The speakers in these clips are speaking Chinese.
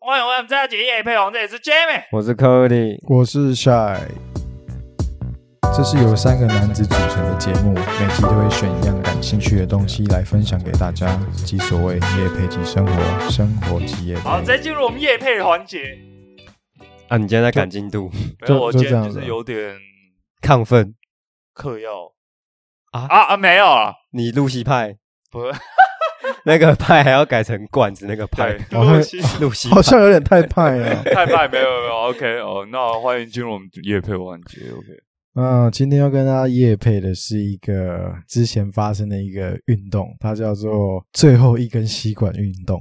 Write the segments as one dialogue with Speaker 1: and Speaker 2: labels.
Speaker 1: 欢迎我们这姐叶佩红，这里是 Jamie。
Speaker 2: 我是 Cody，
Speaker 3: 我是 Shy。这是由三个男子组成的节目，每集都会选一样感兴趣的东西来分享给大家，即所谓夜配即生活，生活即夜
Speaker 1: 好，
Speaker 3: 配
Speaker 1: 直。接进入我们叶佩环节。
Speaker 2: 啊，你今天在赶进度，
Speaker 1: 没
Speaker 3: 就
Speaker 1: 有，我
Speaker 3: 就
Speaker 1: 今天
Speaker 3: 这样
Speaker 1: 就
Speaker 3: 子
Speaker 1: 是
Speaker 3: 啊
Speaker 1: 有点
Speaker 2: 亢奋。
Speaker 1: 嗑药
Speaker 2: 啊
Speaker 1: 啊啊，没有啊，
Speaker 2: 你露西派
Speaker 1: 不是，
Speaker 2: 那个派还要改成管子那个派
Speaker 1: 对，，
Speaker 3: 好像
Speaker 1: 对不 起，
Speaker 2: 露西派
Speaker 3: 好像有点太派啊了。
Speaker 1: 太派没有没有，OK 哦，那欢迎进入我们叶佩环节，OK。
Speaker 3: 嗯，今天要跟大家夜配的是一个之前发生的一个运动，它叫做最后一根吸管运动。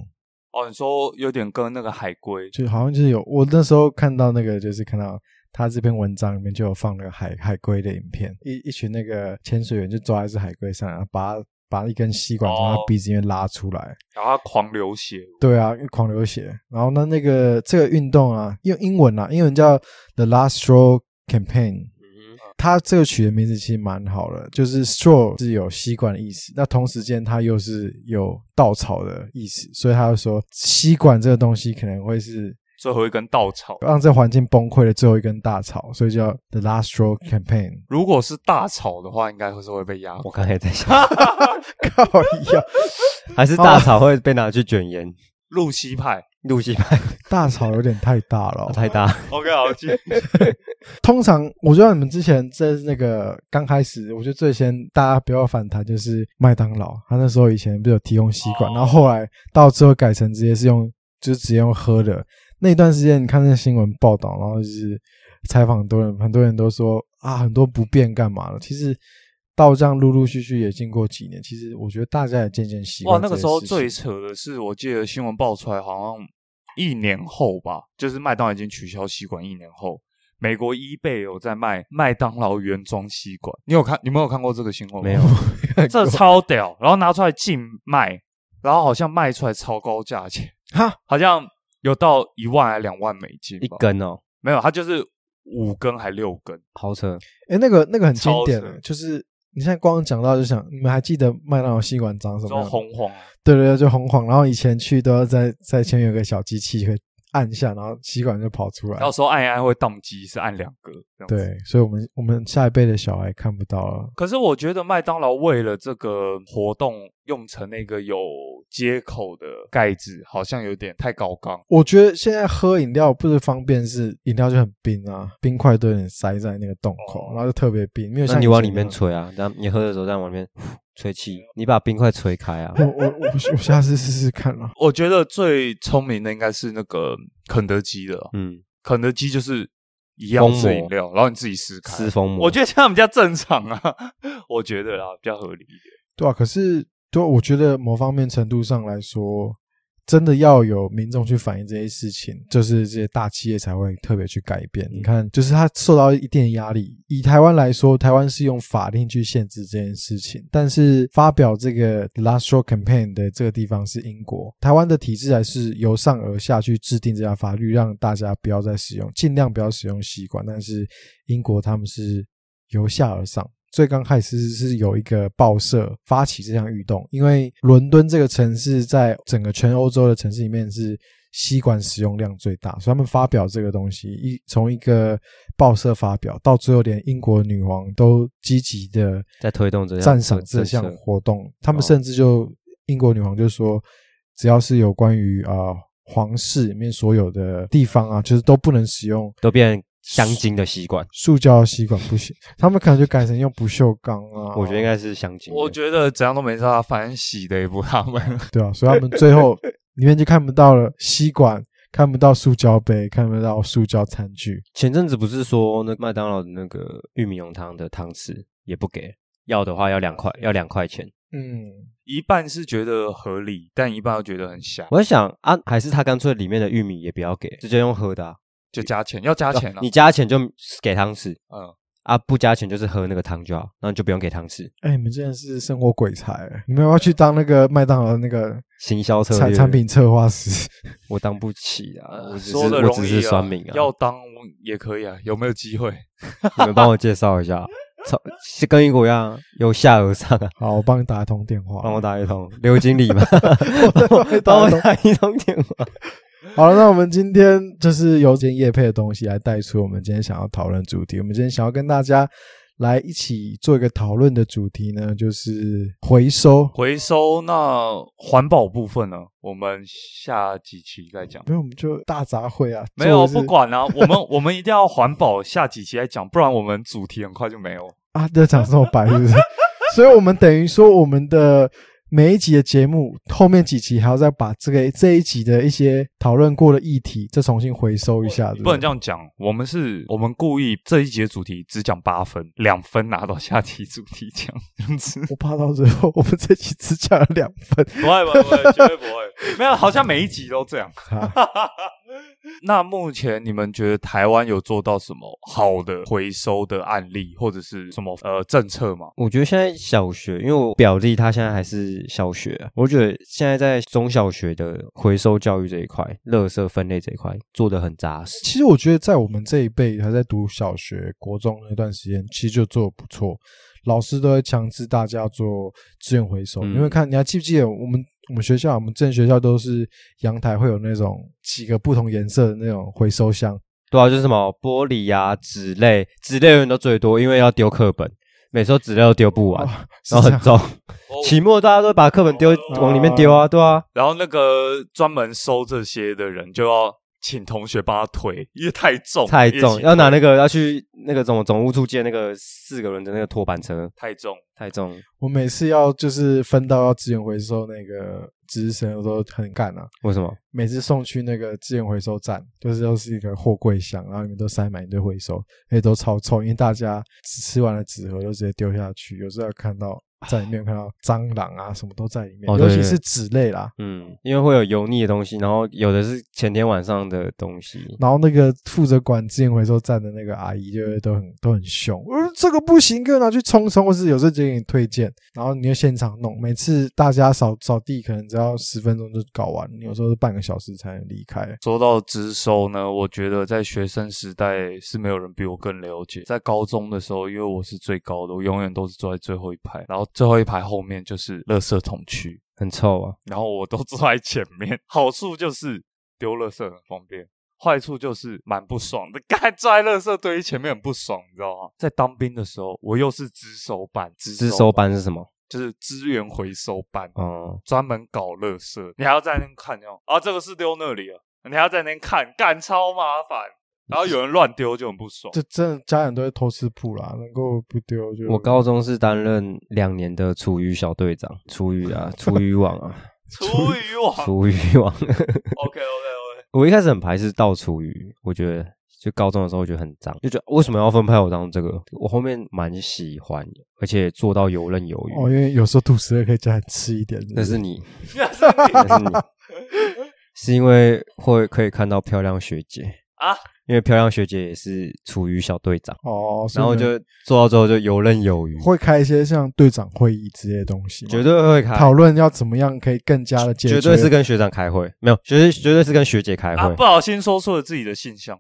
Speaker 1: 哦，你说有点跟那个海龟，
Speaker 3: 就好像就是有我那时候看到那个，就是看到他这篇文章里面就有放那个海海龟的影片，一一群那个潜水员就抓一只海龟上来，然后把它把一根吸管从
Speaker 1: 哦
Speaker 3: 它鼻子里面拉出来，
Speaker 1: 然后它狂流血，
Speaker 3: 对啊，狂流血。然后呢，那个这个运动啊，用英文啊，英文叫 The Last Straw Campaign。它这个取的名字其实蛮好的，就是 straw 是有吸管的意思，那同时间它又是有稻草的意思，所以他就说吸管这个东西可能会是
Speaker 1: 最后一根稻草。。
Speaker 3: 让这环境崩溃的最后一根大草，所以叫 The Last Straw Campaign
Speaker 1: 如果是大草的话，应该会是会被压垮。
Speaker 2: 我刚才也在想，
Speaker 3: 靠哎呀，
Speaker 2: 还是大草会被拿去卷烟。
Speaker 1: 露西派
Speaker 2: 露西派
Speaker 3: 大草有点太大了
Speaker 1: 啊
Speaker 3: 哦、
Speaker 2: 太大，
Speaker 1: ，OK，好，继续
Speaker 3: 通常我知道你们之前在那个刚开始，我觉得最先大家不要反弹就是麦当劳，他那时候以前不是有提供吸管，
Speaker 1: 哦
Speaker 3: 然后后来到最后改成直接是用，就是直接用喝的。那段时间你看那新闻报道，然后就是采访很多人，很多人都说啊，很多不便干嘛了。其实到这样陆陆续续也经过几年，其实我觉得大家也渐渐习
Speaker 1: 哇
Speaker 3: 惯，这
Speaker 1: 那
Speaker 3: 件
Speaker 1: 个
Speaker 3: 事
Speaker 1: 时
Speaker 3: 情。
Speaker 1: 候最扯的是，我记得新闻爆出来，好像一年后吧，就是麦当劳已经取消吸管，一年后，美国伊贝有在卖麦当劳原装吸管。你有看？你没有看过这个新闻吗？
Speaker 2: 没有，
Speaker 1: 这超屌，然后拿出来竞卖，然后好像卖出来超高价 钱，
Speaker 3: 哈，
Speaker 1: 好像有到一万还两万美金
Speaker 2: 一
Speaker 1: 吧？
Speaker 2: 根哦，
Speaker 1: 没有，它就是五根还六根。
Speaker 2: 好扯。
Speaker 3: 哎、那个那个很经
Speaker 1: 超
Speaker 3: 典
Speaker 1: 扯
Speaker 3: 的，就是你现在光讲到就想，你们还记得麦当劳吸管长什么
Speaker 1: 说
Speaker 3: 样？
Speaker 1: 红黄，
Speaker 3: 对对对，就红黄。然后以前去都要在在前面有个小机器，会按一下，然后吸管就跑出来。
Speaker 1: 到时候按一按会宕机，是按两个这样子。
Speaker 3: 对，所以我们我们下一辈的小孩看不到了。
Speaker 1: 可是我觉得麦当劳为了这个活动用成那个有接口的盖子，好像有点太高纲。
Speaker 3: 我觉得现在喝饮料不是方便，是饮料就很冰啊，冰块都有点塞在那个洞口，
Speaker 1: 哦
Speaker 3: 然后就特别冰。没有
Speaker 2: 那
Speaker 3: 像
Speaker 2: 你
Speaker 3: 以前
Speaker 2: 往里面
Speaker 3: 那样。
Speaker 2: 吹啊，这样你喝的时候再往里面 吹气，你把冰块吹开啊。
Speaker 3: 我我我我下次试试看啊。
Speaker 1: 我觉得最聪明的应该是那个肯德基的，
Speaker 2: 嗯，
Speaker 1: 肯德基就是一样是
Speaker 2: 封膜
Speaker 1: 饮料，然后你自己撕开。
Speaker 2: 撕封膜。
Speaker 1: 我觉得这样比较正常啊， 我觉得啦比较合理一点。
Speaker 3: 对啊，可是对啊、我觉得某方面程度上来说，真的要有民众去反映这些事情，就是这些大企业才会特别去改变。你看，就是他受到一定的压力。以台湾来说，台湾是用法令去限制这件事情，但是发表这个 The Last Straw Campaign 的这个地方是英国，台湾的体制还是由上而下去制定这条法律，让大家不要再使用，尽量不要使用吸管。但是英国他们是由下而上。最刚开始是有一个报社发起这项运动，因为伦敦这个城市在整个全欧洲的城市里面是吸管使用量最大，所以他们发表这个东西，一从一个报社发表，到最后连英国女王都积极的
Speaker 2: 在推动这项
Speaker 3: 赞赏
Speaker 2: 政
Speaker 3: 这项
Speaker 2: 策
Speaker 3: 活动，他们
Speaker 2: 哦
Speaker 3: 甚至就、英国女王就说，只要是有关于啊、呃皇室里面所有的地方啊，就是都不能使用
Speaker 2: 都变成香精的吸管，
Speaker 3: 塑胶吸管，不行，他们可能就改成用不锈钢啊，
Speaker 2: 我觉得应该是香精的。
Speaker 1: 我觉得怎样都没差，反正洗的也不他 们。
Speaker 3: 对啊，所以他们 最后里面就看不到了吸管，看不到塑胶杯，看不到塑胶餐具。
Speaker 2: 前阵子不是说那麦当劳的那个玉米浓汤的汤匙也不给，要的话要两块，要两块钱。
Speaker 3: 嗯，
Speaker 1: 一半是觉得合理，但一半又觉得很瞎，
Speaker 2: 我在想啊，还是他干脆里面的玉米也不要给，直接用喝的、啊，
Speaker 1: 就加钱，要加钱啊。
Speaker 2: 你加钱就给汤匙
Speaker 1: 嗯，
Speaker 2: 啊，不加钱就是喝那个汤就好，那你就不用给汤匙。
Speaker 3: 哎、你们真的是生活鬼才欸，你们要不要去当那个麦当劳那个
Speaker 2: 行销策
Speaker 3: 产
Speaker 2: 略，
Speaker 3: 产品策划师？
Speaker 2: 我当不起啊，我只是
Speaker 1: 呃说的
Speaker 2: 我
Speaker 1: 容
Speaker 2: 只
Speaker 1: 易
Speaker 2: 是
Speaker 1: 啊
Speaker 2: 酸民，啊，
Speaker 1: 要 当也可以啊，有没有机会？
Speaker 2: 你们帮我介绍一下，操，是跟英国一样由下而上啊，
Speaker 3: 好，我帮你打一通电话。
Speaker 2: 帮我打一通刘经理吧，
Speaker 3: 我再帮
Speaker 2: 帮
Speaker 3: 你打
Speaker 2: 我
Speaker 3: 一通。
Speaker 2: 打一通电话。
Speaker 3: 好了，那我们今天就是由今天叶配的东西来带出我们今天想要讨论的主题。我们今天想要跟大家来一起做一个讨论的主题呢，就是回收。
Speaker 1: 回收那环保部分呢，我们下几期再讲。
Speaker 3: 没有，我们就大杂烩啊！
Speaker 1: 没有
Speaker 3: 做的
Speaker 1: 不
Speaker 3: 是
Speaker 1: 管啊，我们我们一定要环保，下几期再讲，不然我们主题很快就没有。
Speaker 3: 啊，这讲这么白是不 是？所以我们等于说，我们的每一集的节目后面几集还要再把这个这一集的一些讨论过的议题再重新回收一下，
Speaker 1: 不能这
Speaker 3: 样。
Speaker 1: 样讲，我们是我们故意这一节主题只讲八分，两分拿到下期主题讲，这样子。
Speaker 3: 我怕到最后我们这期只讲了两分，
Speaker 1: 不会不会，不会，绝对不会。 没有，好像每一集都这样。那目前你们觉得台湾有做到什么好的回收的案例，或者是什么呃政策吗？
Speaker 2: 我觉得现在小学，因为我表弟他现在还是小学啊，我觉得现在在中小学的回收教育这一块、垃圾分类这一块做的很扎实。
Speaker 3: 其实我觉得，在我们这一辈还在读小学、国中那段时间，其实就做的不错。老师都会强制大家做资源回收，
Speaker 2: 嗯
Speaker 3: 因为看你还记不记得我们我们学校，我们正学校都是阳台会有那种几个不同颜色的那种回收箱，
Speaker 2: 对啊，就是什么玻璃呀、纸类，纸类永远都最多，因为要丢课本，每次都纸类都丢不完，
Speaker 3: 哇是
Speaker 2: 然后
Speaker 3: 这
Speaker 2: 很
Speaker 3: 样
Speaker 2: 重。期末大家都把课本丢往里面丢啊，对啊，
Speaker 1: 然后那个专门收这些的人就要请同学帮他推，因为太重，
Speaker 2: 太
Speaker 1: 一起
Speaker 2: 重，
Speaker 1: 推
Speaker 2: 要拿那个要去那个总总务处借那个四个轮的那个拖板车，
Speaker 1: 太重。
Speaker 2: 太重。
Speaker 3: 我每次要就是分到要资源回收那个值日生，我都很干啊。
Speaker 2: 为什么？
Speaker 3: 每次送去那个资源回收站，就是都是一个货柜箱，然后里面都塞满一堆回收，而且都超臭，因为大家吃吃完了纸盒都直接丢下去，有时候看到在里面看到蟑螂啊什么都在里面，
Speaker 2: 哦对
Speaker 3: 尤其
Speaker 2: 对
Speaker 3: 是纸类啦。
Speaker 2: 嗯，因为会有油腻的东西，然后有的是前天晚上的东西。
Speaker 3: 然后那个负责管资源回收站的那个阿姨就会都很都很凶，呃，这个不行，给我拿去冲冲，或是有时候直接给你推荐，然后你就现场弄。每次大家扫扫地可能只要十分钟就搞完，你有时候是半个小时才能离开。
Speaker 1: 说到直收呢，我觉得在学生时代是没有人比我更了解。在高中的时候，因为我是最高的，我永远都是坐在最后一排，然后最后一排后面就是垃圾桶区，
Speaker 2: 很臭啊！
Speaker 1: 然后我都 坐在前面。好处就是丢垃圾很方便，坏处就是蛮不爽的。 干坐在垃圾堆前面很不爽，你知道吗？在当兵的时候，我又是值守班，值
Speaker 2: 自收班是什么？
Speaker 1: 就是资源回收班，
Speaker 2: 哦，
Speaker 1: 专门搞垃圾，你还要在那边看哦，啊，这个是丢那里了，你还要在那边看，干超麻烦。然后有人乱丢就很不爽，
Speaker 3: 这真的家人都会偷吃铺啦，能够不丢就
Speaker 2: 我高中是担任两年的厨余小队长，厨余啊，厨余网啊，
Speaker 1: 厨 余网。
Speaker 2: 厨余网。
Speaker 1: OK OK OK，
Speaker 2: 我一开始很排斥倒厨余，我觉得就高中的时候我觉得很脏，就觉得为什么要分派我当这个？我后面蛮喜欢，而且做到游刃有余。
Speaker 3: 哦，因为有时候肚子饿可以加点吃一点，
Speaker 2: 那是你，
Speaker 1: 那是你
Speaker 2: 那是你，是因为会可以看到漂亮学姐
Speaker 1: 啊，
Speaker 2: 因为漂亮学姐也是厨余小队长，
Speaker 3: 哦，所以
Speaker 2: 然后
Speaker 3: 你们
Speaker 2: 就做到最后就游刃有余，
Speaker 3: 会开一些像队长会议之类的东西吗，
Speaker 2: 绝对会开，
Speaker 3: 讨论要怎么样可以更加的解决，
Speaker 2: 绝对是跟学长开会，没有，绝对绝对是跟学姐开
Speaker 1: 啊，
Speaker 2: 会
Speaker 1: 不，小心说出了自己的性向。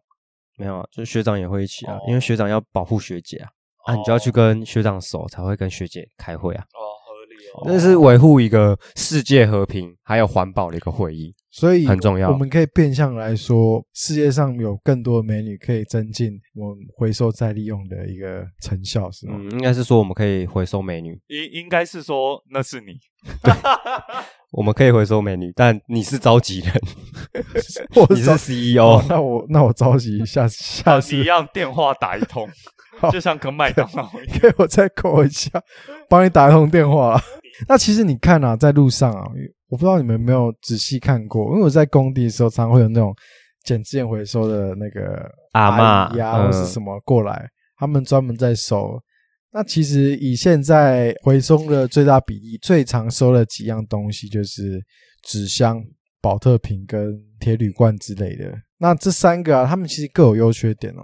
Speaker 2: 没有，啊就学长也会一起啊
Speaker 1: 哦，
Speaker 2: 因为学长要保护学姐啊，啊，你就要去跟学长熟才会跟学姐开会啊，
Speaker 1: 哦，合理哦。
Speaker 2: 那是维护一个世界和平还有环保的一个会议，
Speaker 3: 所以
Speaker 2: 很重要
Speaker 3: 我们可以变相来说，世界上有更多的美女可以增进我们回收再利用的一个成效，是吗？
Speaker 2: 嗯，应该是说我们可以回收美女，
Speaker 1: 应应该是说那是你，
Speaker 2: 我们可以回收美女，但你是召集人，
Speaker 3: 我
Speaker 2: 你是哦 E
Speaker 3: 着
Speaker 2: CEO，
Speaker 3: 那我那我着急一下，下
Speaker 1: 啊、你
Speaker 3: 次
Speaker 1: 一样电话打一 通
Speaker 3: 好，
Speaker 1: 就像跟麦当劳一 样。
Speaker 3: 给我再 call 一下，帮你打一通电话啊。 那其实你看啊，在路上啊，我不知道你们有没有仔细看过，因为我在工地的时候，常常会有那种捡资源回收的那个
Speaker 2: 阿嬷
Speaker 3: 姨呀，或是
Speaker 2: 嗯
Speaker 3: 什么过来，他们专门在收。那其实以现在回收的最大比例，最常收的几样东西就是纸箱、保特瓶跟铁铝罐之类的。那这三个啊，他们其实各有优缺点哦。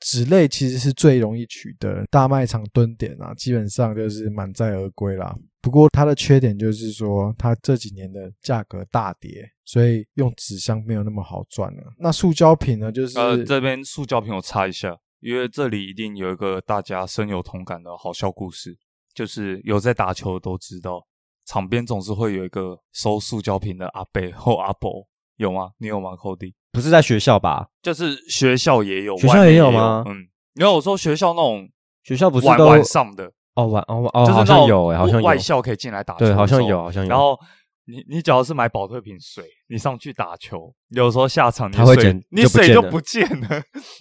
Speaker 3: 纸类其实是最容易取得，大卖场蹲点啊，基本上就是满载而归啦。不过它的缺点就是说，它这几年的价格大跌，所以用纸箱没有那么好赚了。那塑胶品呢，就是、
Speaker 1: 呃，这边塑胶瓶我插一下，因为这里一定有一个大家深有同感的好笑故事，就是有在打球的都知道，场边总是会有一个收塑胶瓶的阿伯或阿伯，有吗？你有吗，Cody？
Speaker 2: 不是在学校吧？
Speaker 1: 就是学校也有，
Speaker 2: 学校
Speaker 1: 外面
Speaker 2: 也
Speaker 1: 也
Speaker 2: 有吗
Speaker 1: 嗯，因为我说学校那种
Speaker 2: 学校不是
Speaker 1: 晚
Speaker 2: 都
Speaker 1: 晚上的，
Speaker 2: 哦晚哦晚
Speaker 1: 就
Speaker 2: 哦，
Speaker 1: 是
Speaker 2: 好
Speaker 1: 那
Speaker 2: 像
Speaker 1: 种
Speaker 2: 有哎，好像有
Speaker 1: 外校可以进来打球，
Speaker 2: 对，好像有，。好像有。
Speaker 1: 然后你你只要是买保特瓶水，你上去打球，有时候下场你
Speaker 2: 它会
Speaker 1: 水
Speaker 2: 捡
Speaker 1: 你
Speaker 2: 就不
Speaker 1: 水
Speaker 2: 见
Speaker 1: 就
Speaker 2: 了
Speaker 1: 不见了，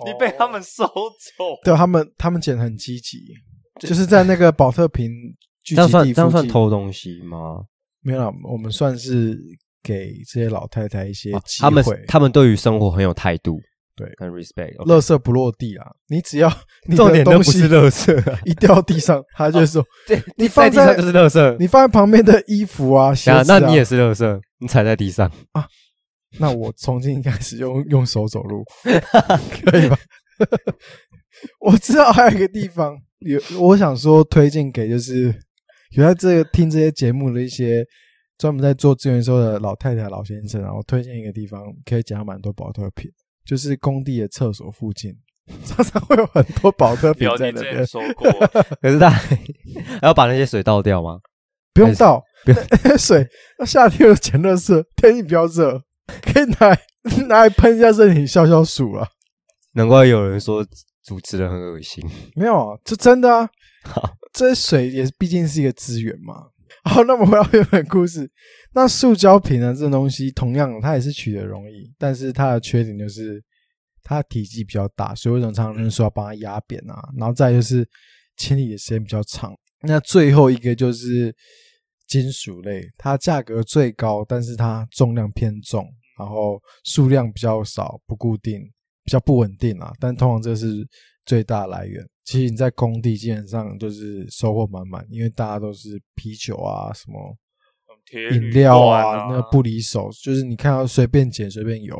Speaker 1: 你被他们收走。
Speaker 3: 对他们，他们捡得很积极，就是在那个保特瓶聚
Speaker 2: 这样
Speaker 3: 集地附
Speaker 2: 算
Speaker 3: 近。
Speaker 2: 这样算偷东西吗？
Speaker 3: 没有啦，我们算是给这些老太太一些
Speaker 2: 啊
Speaker 3: 机
Speaker 2: 他们
Speaker 3: 会。
Speaker 2: 他们对于生活很有态度，
Speaker 3: 对
Speaker 2: 很 respect。哦
Speaker 3: 垃圾不落地啦，你只要 你
Speaker 2: 重
Speaker 3: 的
Speaker 2: 点都
Speaker 3: 东
Speaker 2: 不
Speaker 3: 西
Speaker 2: 是垃圾 啊，
Speaker 3: 一掉地上，他就会说
Speaker 2: 对，
Speaker 3: 你放
Speaker 2: 地上
Speaker 3: 在
Speaker 2: 就是垃 圾。
Speaker 3: 你放在旁边的衣服 啊、鞋
Speaker 2: 等一
Speaker 3: 子
Speaker 2: 下
Speaker 3: 啊，
Speaker 2: 那你也是垃圾，你踩在地上。
Speaker 3: 那我从今开始用用手走 路，可以吧？ 我知道还有一个地方，有我想说推荐给就是有在这个听这些节目的一些专门在做资源收的老太太、老先生啊，然后推荐一个地方可以捡到蛮多保特瓶，就是工地的厕所附近，常常会有很多保特瓶
Speaker 1: 有
Speaker 3: 在
Speaker 1: 你
Speaker 3: 那
Speaker 1: 之
Speaker 3: 边
Speaker 1: 前，说过，
Speaker 2: 可是他 还要把那些水倒掉吗？
Speaker 3: 不用倒，
Speaker 2: 不用
Speaker 3: 水。那夏天有前热色，天气比较热，可以拿来拿来喷一下身体消消暑了。
Speaker 2: 难怪有人说主持人很恶心。
Speaker 3: 没有啊，这真的啊，
Speaker 2: 好，
Speaker 3: 这水也毕竟是一个资源嘛。好，那我们回到原本故事。那塑胶瓶呢，这东西同样它也是取得容易，但是它的缺点就是它体积比较大，所以为什么常常人说要把它压扁啊？然后再来就是清理的时间比较长。那最后一个就是金属类，它价格最高，但是它重量偏重，然后数量比较少，不固定，比较不稳定啊。但通常这是最大来源。其实你在工地基本上就是收获满满，因为大家都是啤酒啊、什么
Speaker 1: 嗯铁
Speaker 3: 饮
Speaker 1: 铝
Speaker 3: 料
Speaker 1: 罐啊，
Speaker 3: 那不离手，就是你看到随便捡随便游。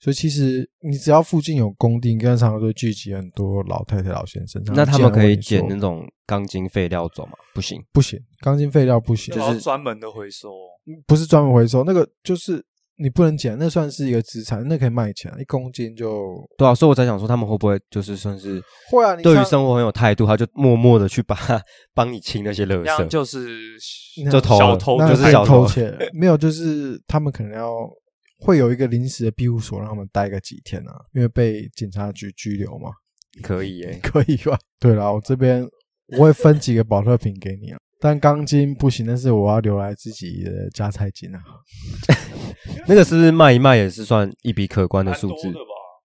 Speaker 3: 所以其实你只要附近有工地，你跟常常都会聚集很多老太太、老先生。
Speaker 2: 那他们可以捡那
Speaker 3: 那
Speaker 2: 种钢筋废料走吗？不行，
Speaker 3: 不行，钢筋废料不行，
Speaker 1: 就
Speaker 3: 就是
Speaker 1: 是专门的回收哦。
Speaker 3: 不是专门回收，那个就是你不能捡，那算是一个资产，那可以卖钱，一公斤就
Speaker 2: 对啊，所以我才想说他们会不会就是算是
Speaker 3: 会啊。你
Speaker 2: 对于
Speaker 3: 像
Speaker 2: 生活很有态度，他就默默的去把帮你清那些垃
Speaker 1: 那样
Speaker 2: 圾。
Speaker 1: 就是
Speaker 3: 那
Speaker 2: 就偷
Speaker 1: 小
Speaker 2: 了
Speaker 1: 偷，
Speaker 3: 那
Speaker 2: 就
Speaker 1: 就是
Speaker 3: 太
Speaker 2: 小偷
Speaker 3: 偷窃了， 没有，就是他们可能要会有一个临时的庇护所，让他们待个几天啊，因为被警察局拘留嘛，
Speaker 2: 可以耶、
Speaker 3: 可以吧？对啦，我这边我会分几个保特瓶给你啊，但钢筋不行，但是我要留来自己的加菜金啊。
Speaker 2: 那个是不是卖一卖也是算一笔可观的
Speaker 1: 蛮
Speaker 2: 数
Speaker 1: 多
Speaker 2: 字
Speaker 1: 的？吧？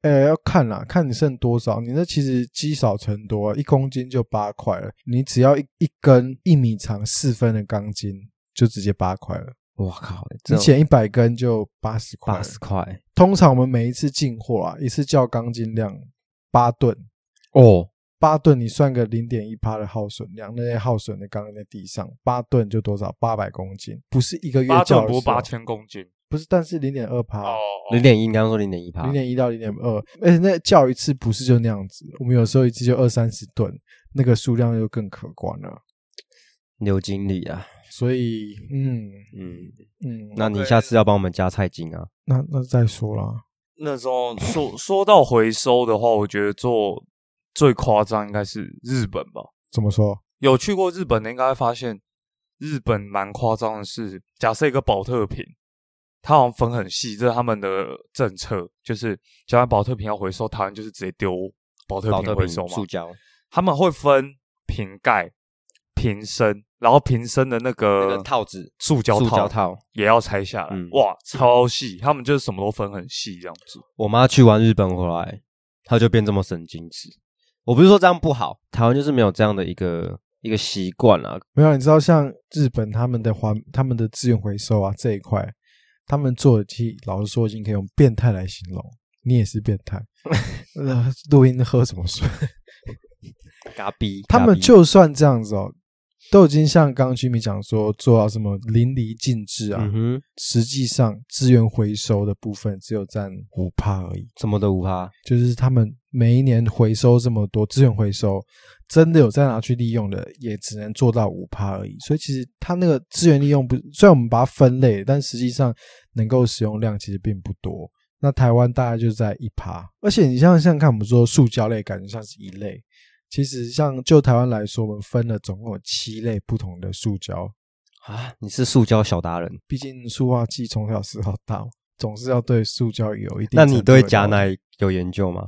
Speaker 3: 呃，要看啦，看你剩多少。你那其实积少成多啊、一公斤就八块了。你只要一一根一米长四分的钢筋，就直接八块了。
Speaker 2: 哇靠，
Speaker 3: 你捡一百根就八十块
Speaker 2: 八
Speaker 3: 了。
Speaker 2: 十块
Speaker 3: 通常我们每一次进货啊，一次叫钢筋量八吨，
Speaker 2: 哦，
Speaker 3: 八吨你算个零点一趴的耗损量，那些耗损的钢筋在地上，八吨就多少？八百公斤，不是一个月
Speaker 1: 八
Speaker 3: 叫
Speaker 1: 吨不
Speaker 3: 的
Speaker 1: 是
Speaker 3: 时候
Speaker 1: 八，千公斤
Speaker 3: 不是，但是零点二趴
Speaker 1: 哦，，
Speaker 2: 零点一，你刚刚说零点一趴，
Speaker 3: 零点一到零点二，而且那叫一次不是就那样子，我们有时候一次就二三十吨，那个数量就更可观了。
Speaker 2: 刘经理啊，
Speaker 3: 所以，嗯
Speaker 2: 嗯，
Speaker 3: 嗯，
Speaker 2: 那你下次要帮我们加菜金啊，
Speaker 3: 那那再说啦，
Speaker 1: 那时候说说到回收的话，我觉得做最夸张应该是日本吧。
Speaker 3: 怎么说？
Speaker 1: 有去过日本的，应该会发现日本蛮夸张的是，假设一个保特瓶，它好像分很细，这是他们的政策，就是台湾保特瓶要回收，台湾就是直接丢保特
Speaker 2: 保
Speaker 1: 瓶
Speaker 2: 特
Speaker 1: 回
Speaker 2: 瓶
Speaker 1: 收嘛。
Speaker 2: 塑胶，
Speaker 1: 他们会分瓶盖、瓶身，然后瓶身的那
Speaker 2: 那
Speaker 1: 个
Speaker 2: 个套子，
Speaker 1: 塑胶
Speaker 2: 塑
Speaker 1: 套
Speaker 2: 胶套。
Speaker 1: 也要拆下来，
Speaker 2: 嗯
Speaker 1: 哇，超细！他们就是什么都分很细这样子。
Speaker 2: 我妈去完日本回来，她就变这么神经质。我不是说这样不好，台湾就是没有这样的一个一个习惯啊啦。
Speaker 3: 没有，你知道像日本他们的环、他们的资源回收啊这一块，他们做的其实老实说已经可以用变态来形容。你也是变 态，呃，录音喝什么水？
Speaker 2: 嘎逼，
Speaker 3: 他
Speaker 2: 嘎
Speaker 3: 们
Speaker 2: 逼
Speaker 3: 就算这样子哦，都已经像刚刚居民讲说做到什么淋漓尽致啊，
Speaker 2: 嗯哼，
Speaker 3: 实际上资源回收的部分只有占五帕而已。
Speaker 2: 什么都无哈，
Speaker 3: 就是他们每一年回收这么多资源回收，真的有再拿去利用的，也只能做到五趴而已。所以其实它那个资源利用不，虽然我们把它分类，但实际上能够使用量其实并不多。那台湾大概就在一趴，而且你像像看我们说塑胶类，感觉像是一类。其实像就台湾来说，我们分了总共有七类不同的塑胶，
Speaker 2: 啊！你是塑胶小达人，
Speaker 3: 毕竟塑化剂从小吃到大嘛，总是要对塑胶有一定。
Speaker 2: 那你对假？奶有研究吗？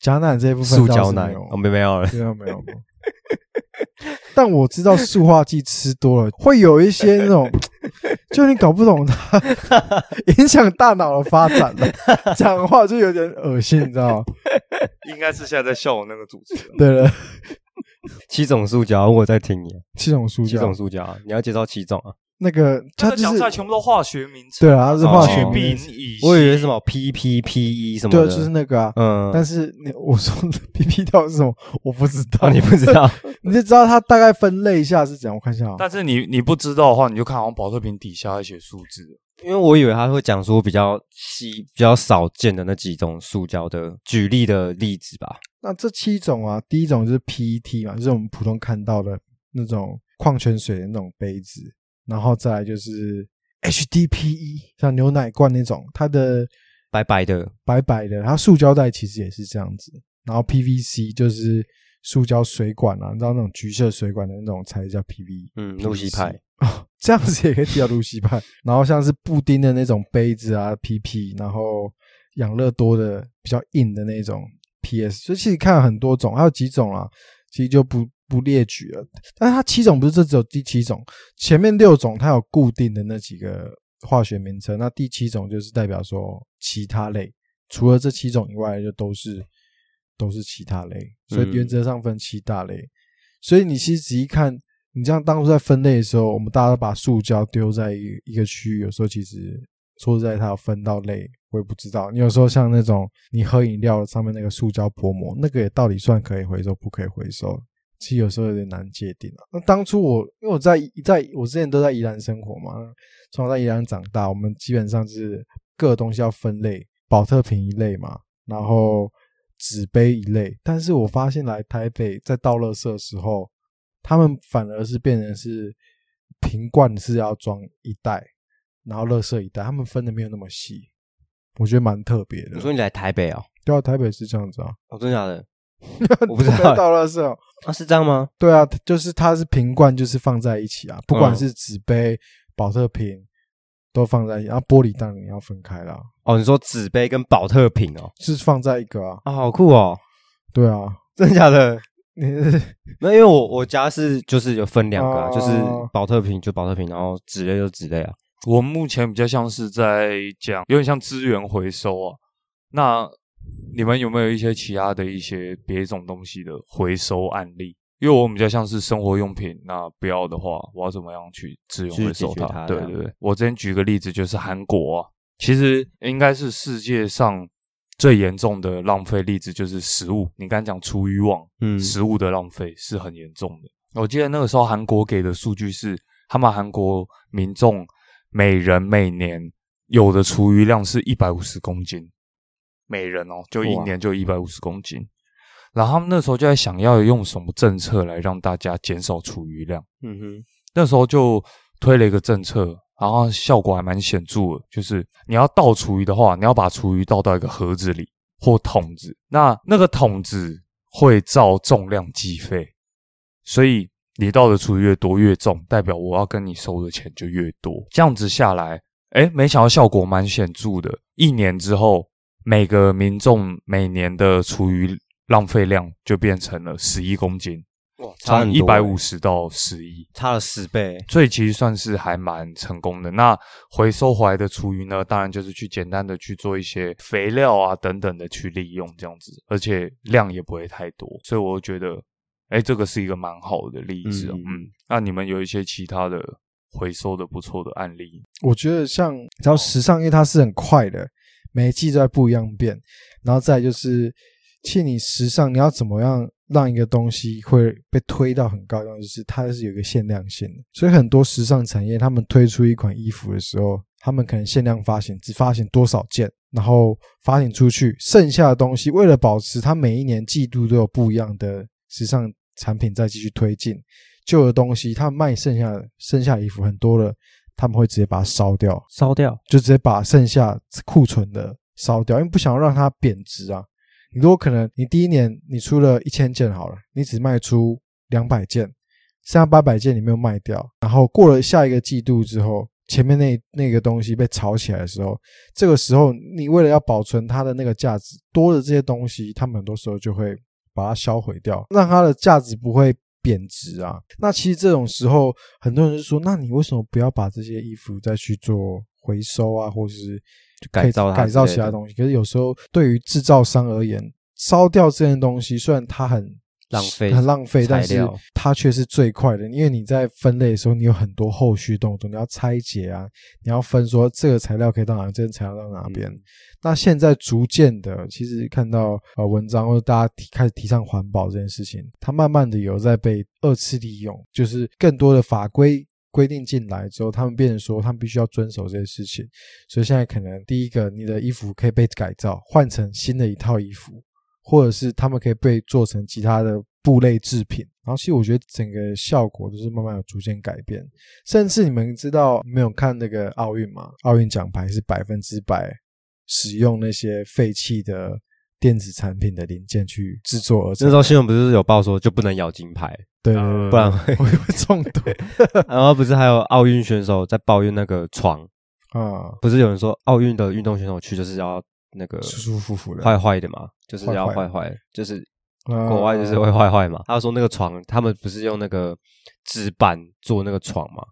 Speaker 3: 假奶这一部分
Speaker 2: 塑
Speaker 3: 倒是
Speaker 2: 胶奶
Speaker 3: 没有啊
Speaker 2: 哦，没没有了，
Speaker 3: 没有没有。没有 但我知道塑化剂吃多了会有一些 那种，就你搞不懂它影响大脑的发展了，讲话就有点恶心，你知道吗？
Speaker 1: 应该是现在在笑我那个主持人。
Speaker 3: 对了，
Speaker 2: 七种塑胶，我在听你。
Speaker 3: 七种塑
Speaker 2: 七
Speaker 3: 胶
Speaker 2: 种，塑胶啊，你要介绍七种啊？
Speaker 3: 那个它
Speaker 1: 他
Speaker 3: 就
Speaker 1: 讲
Speaker 3: 是
Speaker 1: 出来全部都化学名词，
Speaker 3: 对啊，它是化学
Speaker 1: 聚
Speaker 2: 哦
Speaker 1: 丙
Speaker 3: 名词，
Speaker 1: 乙烯，
Speaker 2: 我以为是什么 P P P E 什么
Speaker 3: 对啊，
Speaker 2: 的，
Speaker 3: 就是那个啊。
Speaker 2: 嗯，
Speaker 3: 但
Speaker 2: 是
Speaker 3: 是你我说的 PP 到底是什么，我不知道，
Speaker 2: 哦，你不知，道，
Speaker 3: 你就知道它大概分类一下是怎样。我看一下啊，
Speaker 1: 但是你你不知道的话，你就看好像保特瓶底下会写数字，
Speaker 2: 因为我以为他会讲说比较稀、比较少见的那几种塑胶的举例的例子吧。
Speaker 3: 那这七种啊，第一种就是 PET 嘛，就是我们普通看到的那种矿泉水的那种杯子，然后再来就是 HDPE，像 E，牛奶罐那种，它的
Speaker 2: 白白的，
Speaker 3: 白白的，它塑胶袋其实也是这样子，然后 PVC 就是塑胶水管啊，你知道那种橘色水管的那种才叫 PV。
Speaker 2: 嗯，露西派，
Speaker 3: 这样子也可以叫露西派。然后像是布丁的那种杯子啊，PP，然后养乐多的比较硬的那种 PS，所以其实看了很多种，还有几种啊，其实就不不列举了。但是它七种不是这只有第七种，前面六种它有固定的那几个化学名称，那第七种就是代表说其他类，除了这七种以外，就都是都是其他类，所以
Speaker 2: 嗯
Speaker 3: 原则上分七大类。所以你其实仔细看，你这样当初在分类的时候，我们大家都把塑胶丢在一个一个区域，有时候其实说实在，它有分到类，我也不知道。你有时候像那种你喝饮料上面那个塑胶薄膜，那个也到底算可以回收不可以回收？其实有时候有点难界定啊。那当初我因为我在在我之前都在宜兰生活嘛，从小在宜兰长大，我们基本上是各东西要分类，保特瓶一类嘛，然后纸杯一类。但是我发现来台北在倒垃圾的时候，他们反而是变成是瓶罐是要装一袋，然后垃圾一袋，他们分的没有那么细，我觉得蛮特别的
Speaker 2: 你。说你来台北哦？
Speaker 3: 对啊，台北是这样子啊，
Speaker 2: 哦，真的假 的？我不知
Speaker 3: 台北
Speaker 2: 道欸
Speaker 3: 倒垃圾、哦。
Speaker 2: 啊，是这样吗？
Speaker 3: 对啊，就是它是瓶罐，就是放在一起啊，不管
Speaker 2: 嗯
Speaker 3: 是纸杯、保特瓶都放在一起，然后玻璃当然也要分开啦，
Speaker 2: 哦，你说纸杯跟保特瓶哦？
Speaker 3: 是放在一个啊，
Speaker 2: 啊，好酷哦！
Speaker 3: 对啊，
Speaker 2: 真的假的？
Speaker 3: 你
Speaker 2: 没有，因为我我家是就是有分两个、啊，
Speaker 3: 哦
Speaker 2: 就是保特瓶就保特瓶，然后纸类就纸类啊。
Speaker 1: 我们目前比较像是在讲，有点像资源回收啊。那你们有没有一些其他的一些别种东西的回收案例？因为我们比较像是生活用品，那不要的话，我要怎么样去资源回收
Speaker 2: 去解决它
Speaker 1: 对
Speaker 2: 这样
Speaker 1: 对对，我之前举个例子，就是韩国、啊，其实应该是世界上最严重的浪费例子，就是食物。你刚才讲厨余网，
Speaker 2: 嗯
Speaker 1: 食物的浪费是很严重的。我记得那个时候韩国给的数据是，他们韩国民众每人每年有的厨余量是一百五十公斤，每人哦，就一
Speaker 2: 哇
Speaker 1: 年就一百五十公斤。然后他们那时候就在想要用什么政策来让大家减少厨余量。
Speaker 2: 嗯哼，
Speaker 1: 那时候就推了一个政策，然后效果还蛮显著的，就是你要倒厨余的话，你要把厨余倒到一个盒子里或桶子，那那个桶子会照重量计费，所以你倒的厨余越多越重，代表我要跟你收的钱就越多。这样子下来，哎，没想到效果蛮显著的。一年之后，每个民众每年的厨余浪费量就变成了十一公斤，
Speaker 2: 哇，差
Speaker 1: 从
Speaker 2: 很
Speaker 1: 一
Speaker 2: 多
Speaker 1: 百
Speaker 2: 欸
Speaker 1: 五，十到十一。
Speaker 2: 差了十倍欸。
Speaker 1: 所以其实算是还蛮成功的。那回收回来的厨余呢，当然就是去简单的去做一些肥料啊等等的去利用这样子，而且量也不会太多，所以我觉得，哎，这个是一个蛮好的例子、哦。
Speaker 2: 嗯
Speaker 1: 嗯那你们有一些其他的回收的不错的案例？
Speaker 3: 我觉得像只要时尚，因为它是很快的，每一季都在不一样变，然后再来就是，其实你时尚你要怎么样让一个东西会被推到很高，就是它是有一个限量性的，所以很多时尚产业他们推出一款衣服的时候，他们可能限量发行，只发行多少件。然后发行出去，剩下的东西为了保持它每一年季度都有不一样的时尚产品再继续推进，旧的东西他卖剩下的剩下的衣服很多了，他们会直接把它烧掉，
Speaker 2: 烧掉，
Speaker 3: 就直接把剩下库存的烧掉，因为不想要让它贬值啊。你如果可能，你第一年你出了一千件好了，你只卖出两百件，剩下八百件你没有卖掉，然后过了下一个季度之后，前面那那个东西被炒起来的时候，这个时候你为了要保存它的那个价值，多的这些东西，他们很多时候就会把它销毁掉，让它的价值不会贬值啊。那其实这种时候，很多人就说，那你为什么不要把这些衣服再去做回收啊，或是
Speaker 2: 就
Speaker 3: 可以
Speaker 2: 改造它
Speaker 3: 改造
Speaker 2: 之类
Speaker 3: 其他
Speaker 2: 的
Speaker 3: 东西？可是有时候对于制造商而言，烧掉这件东西，虽然它很
Speaker 2: 浪费
Speaker 3: 很浪费，
Speaker 2: 材
Speaker 3: 但是
Speaker 2: 料
Speaker 3: 它却是最快的，因为你在分类的时候，你有很多后续动作，你要拆解啊，你要分说这个材料可以到哪，这个材料到
Speaker 2: 嗯
Speaker 3: 哪边。那现在逐渐的，其实看到呃文章或者大家提开始提倡环保这件事情，它慢慢的有在被二次利用，就是更多的法规。规定进来之后，他们变成说他们必须要遵守这些事情，所以现在可能第一个，你的衣服可以被改造，换成新的一套衣服，或者是他们可以被做成其他的布类制品。然后其实我觉得整个效果都是慢慢有逐渐改变，甚至你们知道没有看那个奥运嘛？奥运奖牌是百分之百使用那些废弃的电子产品的零件去制作而成
Speaker 2: 那时。候新闻不是有报说就不能咬金牌，
Speaker 3: 对对对，
Speaker 2: 不然会。
Speaker 3: 我会中毒
Speaker 2: 然后不是还有奥运选手在抱怨那个床，
Speaker 3: 啊，
Speaker 2: 不是有人说奥运的运动选手去就是要那个
Speaker 3: 舒舒服服的。
Speaker 2: 坏坏的嘛，就是要
Speaker 3: 坏
Speaker 2: 坏坏的，就是
Speaker 3: 啊
Speaker 2: 国外就是会坏坏嘛。他说那个床，他们不是用那个纸板做那个床嘛，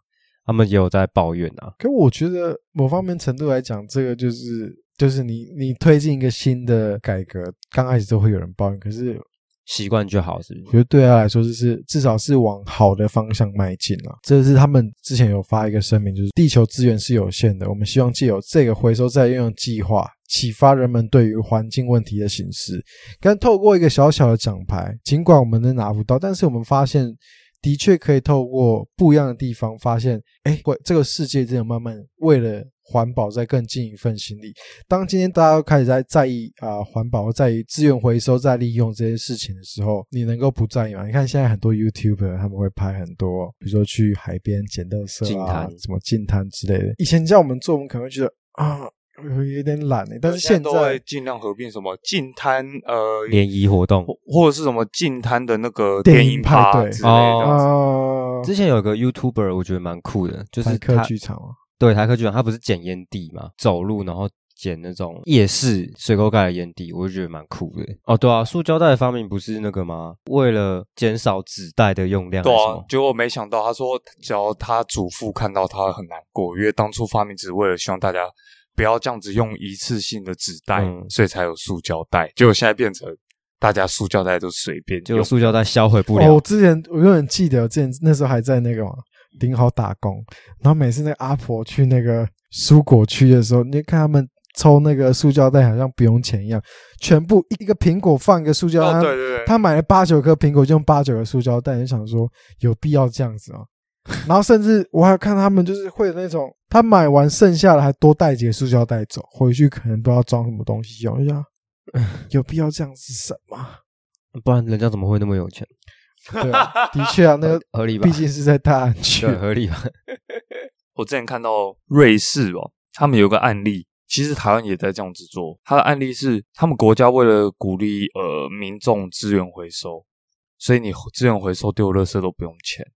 Speaker 2: 他们也有在抱怨啊。
Speaker 3: 可我觉得某方面程度来讲，这个就是就是你你推进一个新的改革，刚开始都会有人抱怨，可是
Speaker 2: 习惯就好，是不
Speaker 3: 我
Speaker 2: 是？
Speaker 3: 觉得对他来说，就是至少是往好的方向迈进了。这是他们之前有发一个声明，就是地球资源是有限的，我们希望借由这个回收再利用计划，启发人们对于环境问题的醒思。但透过一个小小的奖牌，尽管我们能拿不到，但是我们发现。的确可以透过不一样的地方发现，哎，会这个世界真的慢慢为了环保在更尽一份心力。当今天大家都开始在在意啊、环保、在意资源回收、再利用这些事情的时候，你能够不在意吗？你看现在很多 YouTuber 他们会拍很多，比如说去海边捡垃圾
Speaker 2: 净
Speaker 3: 啊
Speaker 2: 滩，
Speaker 3: 什么净滩之类的。以前叫我们做，我们可能会觉得啊。有有点懒、欸、但是现
Speaker 1: 都会尽量合并什么近滩呃
Speaker 2: 联谊活动
Speaker 3: 哦
Speaker 1: 或或者是什么近滩的那个
Speaker 3: 电
Speaker 1: 电
Speaker 3: 影
Speaker 1: 影哦
Speaker 3: 派
Speaker 1: 趴
Speaker 3: 对
Speaker 1: 之类的这样子。
Speaker 3: 啊，
Speaker 2: 之前有个 YouTuber，我觉得蛮酷的，就是
Speaker 3: 台客
Speaker 2: 他
Speaker 3: 剧场啊，
Speaker 2: 对台客剧场，他不是捡烟蒂嘛，走路然后捡那种夜市水沟盖的烟蒂，我就觉得蛮酷的。哦，对啊，塑胶袋的发明不是那个吗？为了减少纸袋的用量，
Speaker 1: 对
Speaker 2: 还是什
Speaker 1: 啊
Speaker 2: 么，
Speaker 1: 结果没想到，他说只要他祖父看到他很难过，因为当初发明只是为了希望大家不要这样子用一次性的纸袋，
Speaker 2: 嗯
Speaker 1: 所以才有塑胶袋。结果现在变成大家塑胶袋都随便
Speaker 2: 结
Speaker 1: 用
Speaker 2: 果，塑胶袋销毁不
Speaker 3: 哦，
Speaker 2: 了
Speaker 3: 我，之前我永远记得，我之前那时候还在那个嘛顶好打工，然后每次那个阿婆去那个蔬果区的时候，你就看他们抽那个塑胶袋，好像不用钱一样，全部一个苹果放一个塑胶
Speaker 1: 哦
Speaker 2: 啊
Speaker 3: 袋。
Speaker 1: 对对对，
Speaker 3: 他买了八九颗苹果，就用八九个塑胶袋，就想说有必要这样子吗？ 然后甚至我还看他们就是会有那种，他买完剩下的还多带几个塑胶袋走，回去可能都要装什么东西用。我 就想有必要这样子什么？
Speaker 2: 不然人家怎么会那么有钱？
Speaker 3: 对啊，的确啊，那个
Speaker 2: 合理吧
Speaker 3: 毕？竟是在大安区
Speaker 2: 对，合理吧？
Speaker 1: 我之前看到瑞士哦，他们有个案例，其实台湾也在这样子做。它的案例是，他们国家为了鼓励呃民众资源回收，所以你资源回收丢垃圾都不用钱，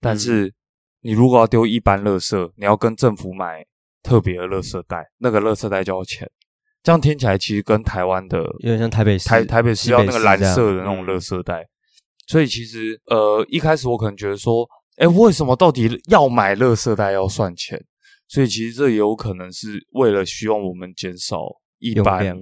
Speaker 1: 但
Speaker 2: 嗯
Speaker 1: 是你如果要丢一般垃圾，你要跟政府买特别的垃
Speaker 2: 嗯
Speaker 1: 圾袋，那个垃圾袋就要钱。这样听起来其实跟台湾的
Speaker 2: 有点像台北市，
Speaker 1: 台台北市
Speaker 2: 新
Speaker 1: 要那个蓝
Speaker 2: 这样
Speaker 1: 色的那种
Speaker 2: 嗯
Speaker 1: 垃圾袋，所以其实呃一开始我可能觉得说，哎，为什么到底要买垃圾袋要算钱？所以其实这也有可能是为了希望我们减少一
Speaker 2: 用
Speaker 1: 般
Speaker 2: 量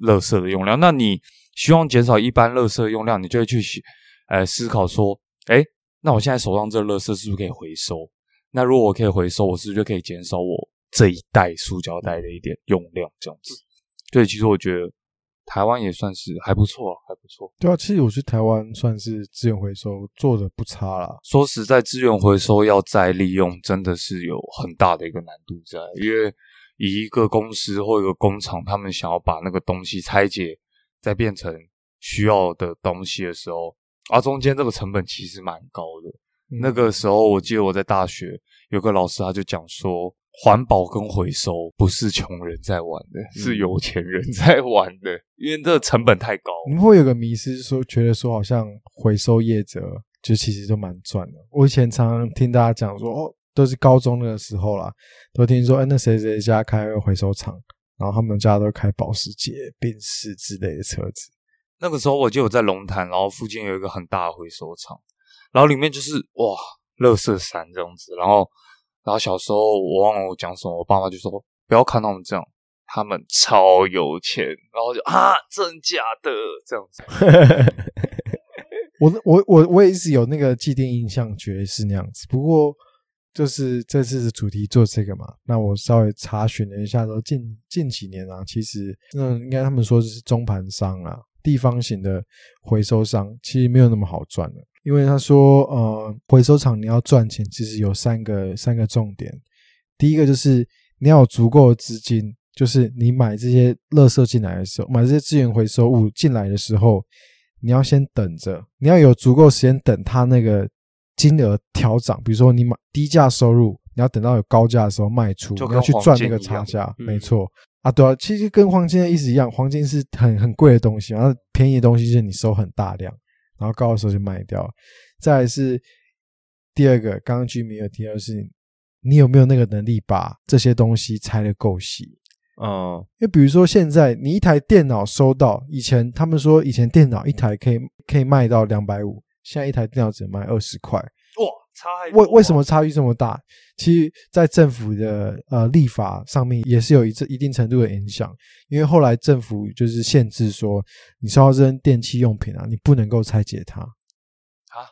Speaker 1: 垃圾的用量。那你希望减少一般垃圾的用量，你就会去想呃思考说，哎，那我现在手上这垃圾是不是可以回收？那如果我可以回收，我是不是就可以减少我这一袋塑胶袋的一点用量？这样子，所以其实我觉得台湾也算是还不错啊，还不错。
Speaker 3: 对啊，其实我去台湾算是资源回收做的不差啦。
Speaker 1: 说实在，资源回收要再利用，真的是有很大的一个难度在，因为以一个公司或一个工厂，他们想要把那个东西拆解，再变成需要的东西的时候，啊，中间这个成本其实蛮高的。
Speaker 2: 嗯
Speaker 1: 那个时候，我记得我在大学有个老师，他就讲说，环保跟回收不是穷人在玩的，是有钱人在玩的，因为这个成本太高。
Speaker 3: 你们会有个迷失，说觉得说好像回收业者就其实都蛮赚的。我以前常常听大家讲说，哦，都是高中的时候啦，都听说，哎，那谁谁家开回收厂，然后他们家都开保时捷、宾士之类的车子。
Speaker 1: 那个时候我就有在龙潭，然后附近有一个很大的回收厂，然后里面就是哇，垃圾山这样子。然后，然后小时候我忘了我讲什么，我爸妈就说不要看他们这样，他们超有钱。然后我就啊，真假的这样子。
Speaker 3: 我我我我也一直有那个既定印象，觉得是那样子。不过就是这次的主题做这个嘛，那我稍微查询了一下，说近近几年啊，其实那应该他们说是中盘商啊，地方型的回收商，其实没有那么好赚的。因为他说，呃，回收厂你要赚钱，其实有三个三个重点。第一个就是你要有足够的资金，就是你买这些垃圾进来的时候，买这些资源回收物进来的时候，你要先等着，你要有足够时间等它那个金额调涨。比如说你买低价收入，你要等到有高价的时候卖出，
Speaker 1: 就
Speaker 3: 你
Speaker 1: 跟
Speaker 3: 要去赚那个
Speaker 1: 黄金一
Speaker 3: 差
Speaker 1: 样
Speaker 3: 价。
Speaker 2: 嗯
Speaker 3: 没错啊，对啊，其实跟黄金的意思一样，黄金是很很贵的东西，然后便宜的东西就是你收很大量，然后高的时候就卖掉。再来是第二个，刚刚居民有提到的是，你有没有那个能力把这些东西拆的够细？
Speaker 2: 嗯，
Speaker 3: 因为比如说现在你一台电脑收到，以前他们说以前电脑一台可以可以卖到两百五，现在一台电脑只卖二十块，
Speaker 1: 哇，差太多
Speaker 3: 为为什
Speaker 1: 了
Speaker 3: 么差距这么大？其实，在政府的呃立法上面也是有一这一定程度的影响，因为后来政府就是限制说，你收到这些电器用品啊，你不能够拆解它，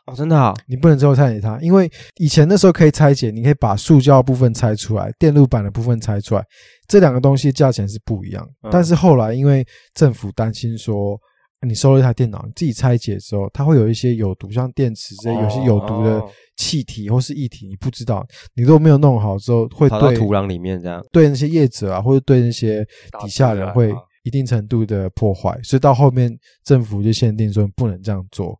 Speaker 2: 哦，真的啊，
Speaker 3: 你不能之后拆解它，因为以前那时候可以拆解，你可以把塑胶部分拆出来，电路板的部分拆出来，这两个东西价钱是不一样。
Speaker 2: 嗯
Speaker 3: 但是后来因为政府担心说，你收了一台电脑，你自己拆解之后，它会有一些有毒，像电池这些有些有毒的
Speaker 2: 哦
Speaker 3: 气体或是液体，你不知道，你都没有弄好之后，会
Speaker 2: 跑到
Speaker 3: 对
Speaker 2: 土壤里面这样。
Speaker 3: 对那些业者啊，或者对那些
Speaker 1: 大
Speaker 3: 底
Speaker 1: 自
Speaker 3: 下人
Speaker 1: 然
Speaker 3: 会
Speaker 1: 啊
Speaker 3: 一定程度的破坏，所以到后面政府就限定说你不能这样做，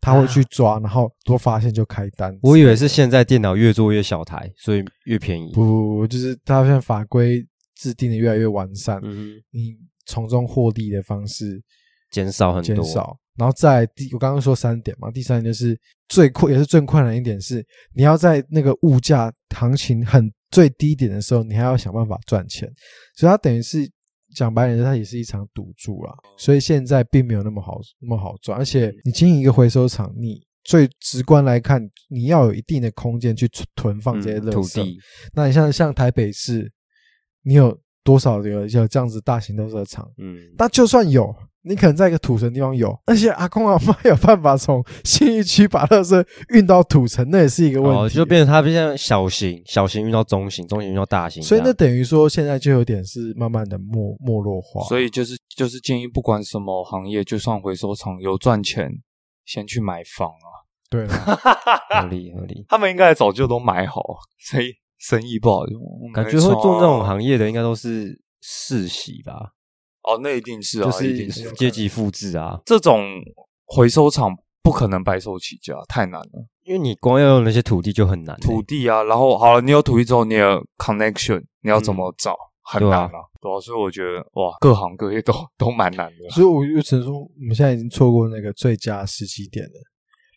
Speaker 3: 他会去抓，然后多发现就开单。
Speaker 2: 啊我以为是现在电脑越做越小台，所以越便宜。
Speaker 3: 不不不，就是他现在法规制定的越来越完善，
Speaker 2: 嗯哼，
Speaker 3: 你从中获利的方式
Speaker 2: 减少很多。
Speaker 3: 减少。然后再来第，我刚刚说三点嘛，第三点就是最困也是最困难一点是，你要在那个物价行情很最低点的时候，你还要想办法赚钱，所以它等于是讲白点，它也是一场赌注
Speaker 2: 哦
Speaker 3: 啦。所以现在并没有那么好那么好赚，而
Speaker 2: 嗯
Speaker 3: 且你经营一个回收厂，你最直观来看，你要有一定的空间去存囤放这些
Speaker 2: 嗯
Speaker 3: 垃
Speaker 2: 土
Speaker 3: 圾。
Speaker 2: 地，
Speaker 3: 那你像像台北市，你有多少有有这样子大型垃圾场？
Speaker 2: 嗯，
Speaker 3: 那就算有，你可能在一个土城地方有，那些阿公阿妈有办法从信义区把垃圾运到土城，那也是一个问题。
Speaker 2: 哦，就变成它变成小型，小型运到中型，中型运到大型这
Speaker 3: 所以
Speaker 2: 样。
Speaker 3: 那等于说现在就有点是慢慢的没没落化。
Speaker 1: 所以就是就是建议，不管什么行业，就算回收厂有赚钱，先去买房啊。
Speaker 3: 对啦
Speaker 2: 合理合理，
Speaker 1: 他们应该早就都买好，所以生意不好就嗯
Speaker 2: 感觉会做这种行业的应该都是世袭吧，
Speaker 1: 哦，那一定是啊，
Speaker 2: 就
Speaker 1: 一定是
Speaker 2: 是阶级复制啊。
Speaker 1: 这种回收厂不可能白手起家，太难了。
Speaker 2: 因为你光要用那些土地就很难欸、
Speaker 1: 土地啊，然后好了，你有土地之后，你有 connection，你要怎么找、很难
Speaker 2: 对
Speaker 1: 啊，对啊，所以我觉得哇，各行各业都 都蛮难的。啊
Speaker 3: 所以我就只能说，我们现在已经错过那个最佳时机点了。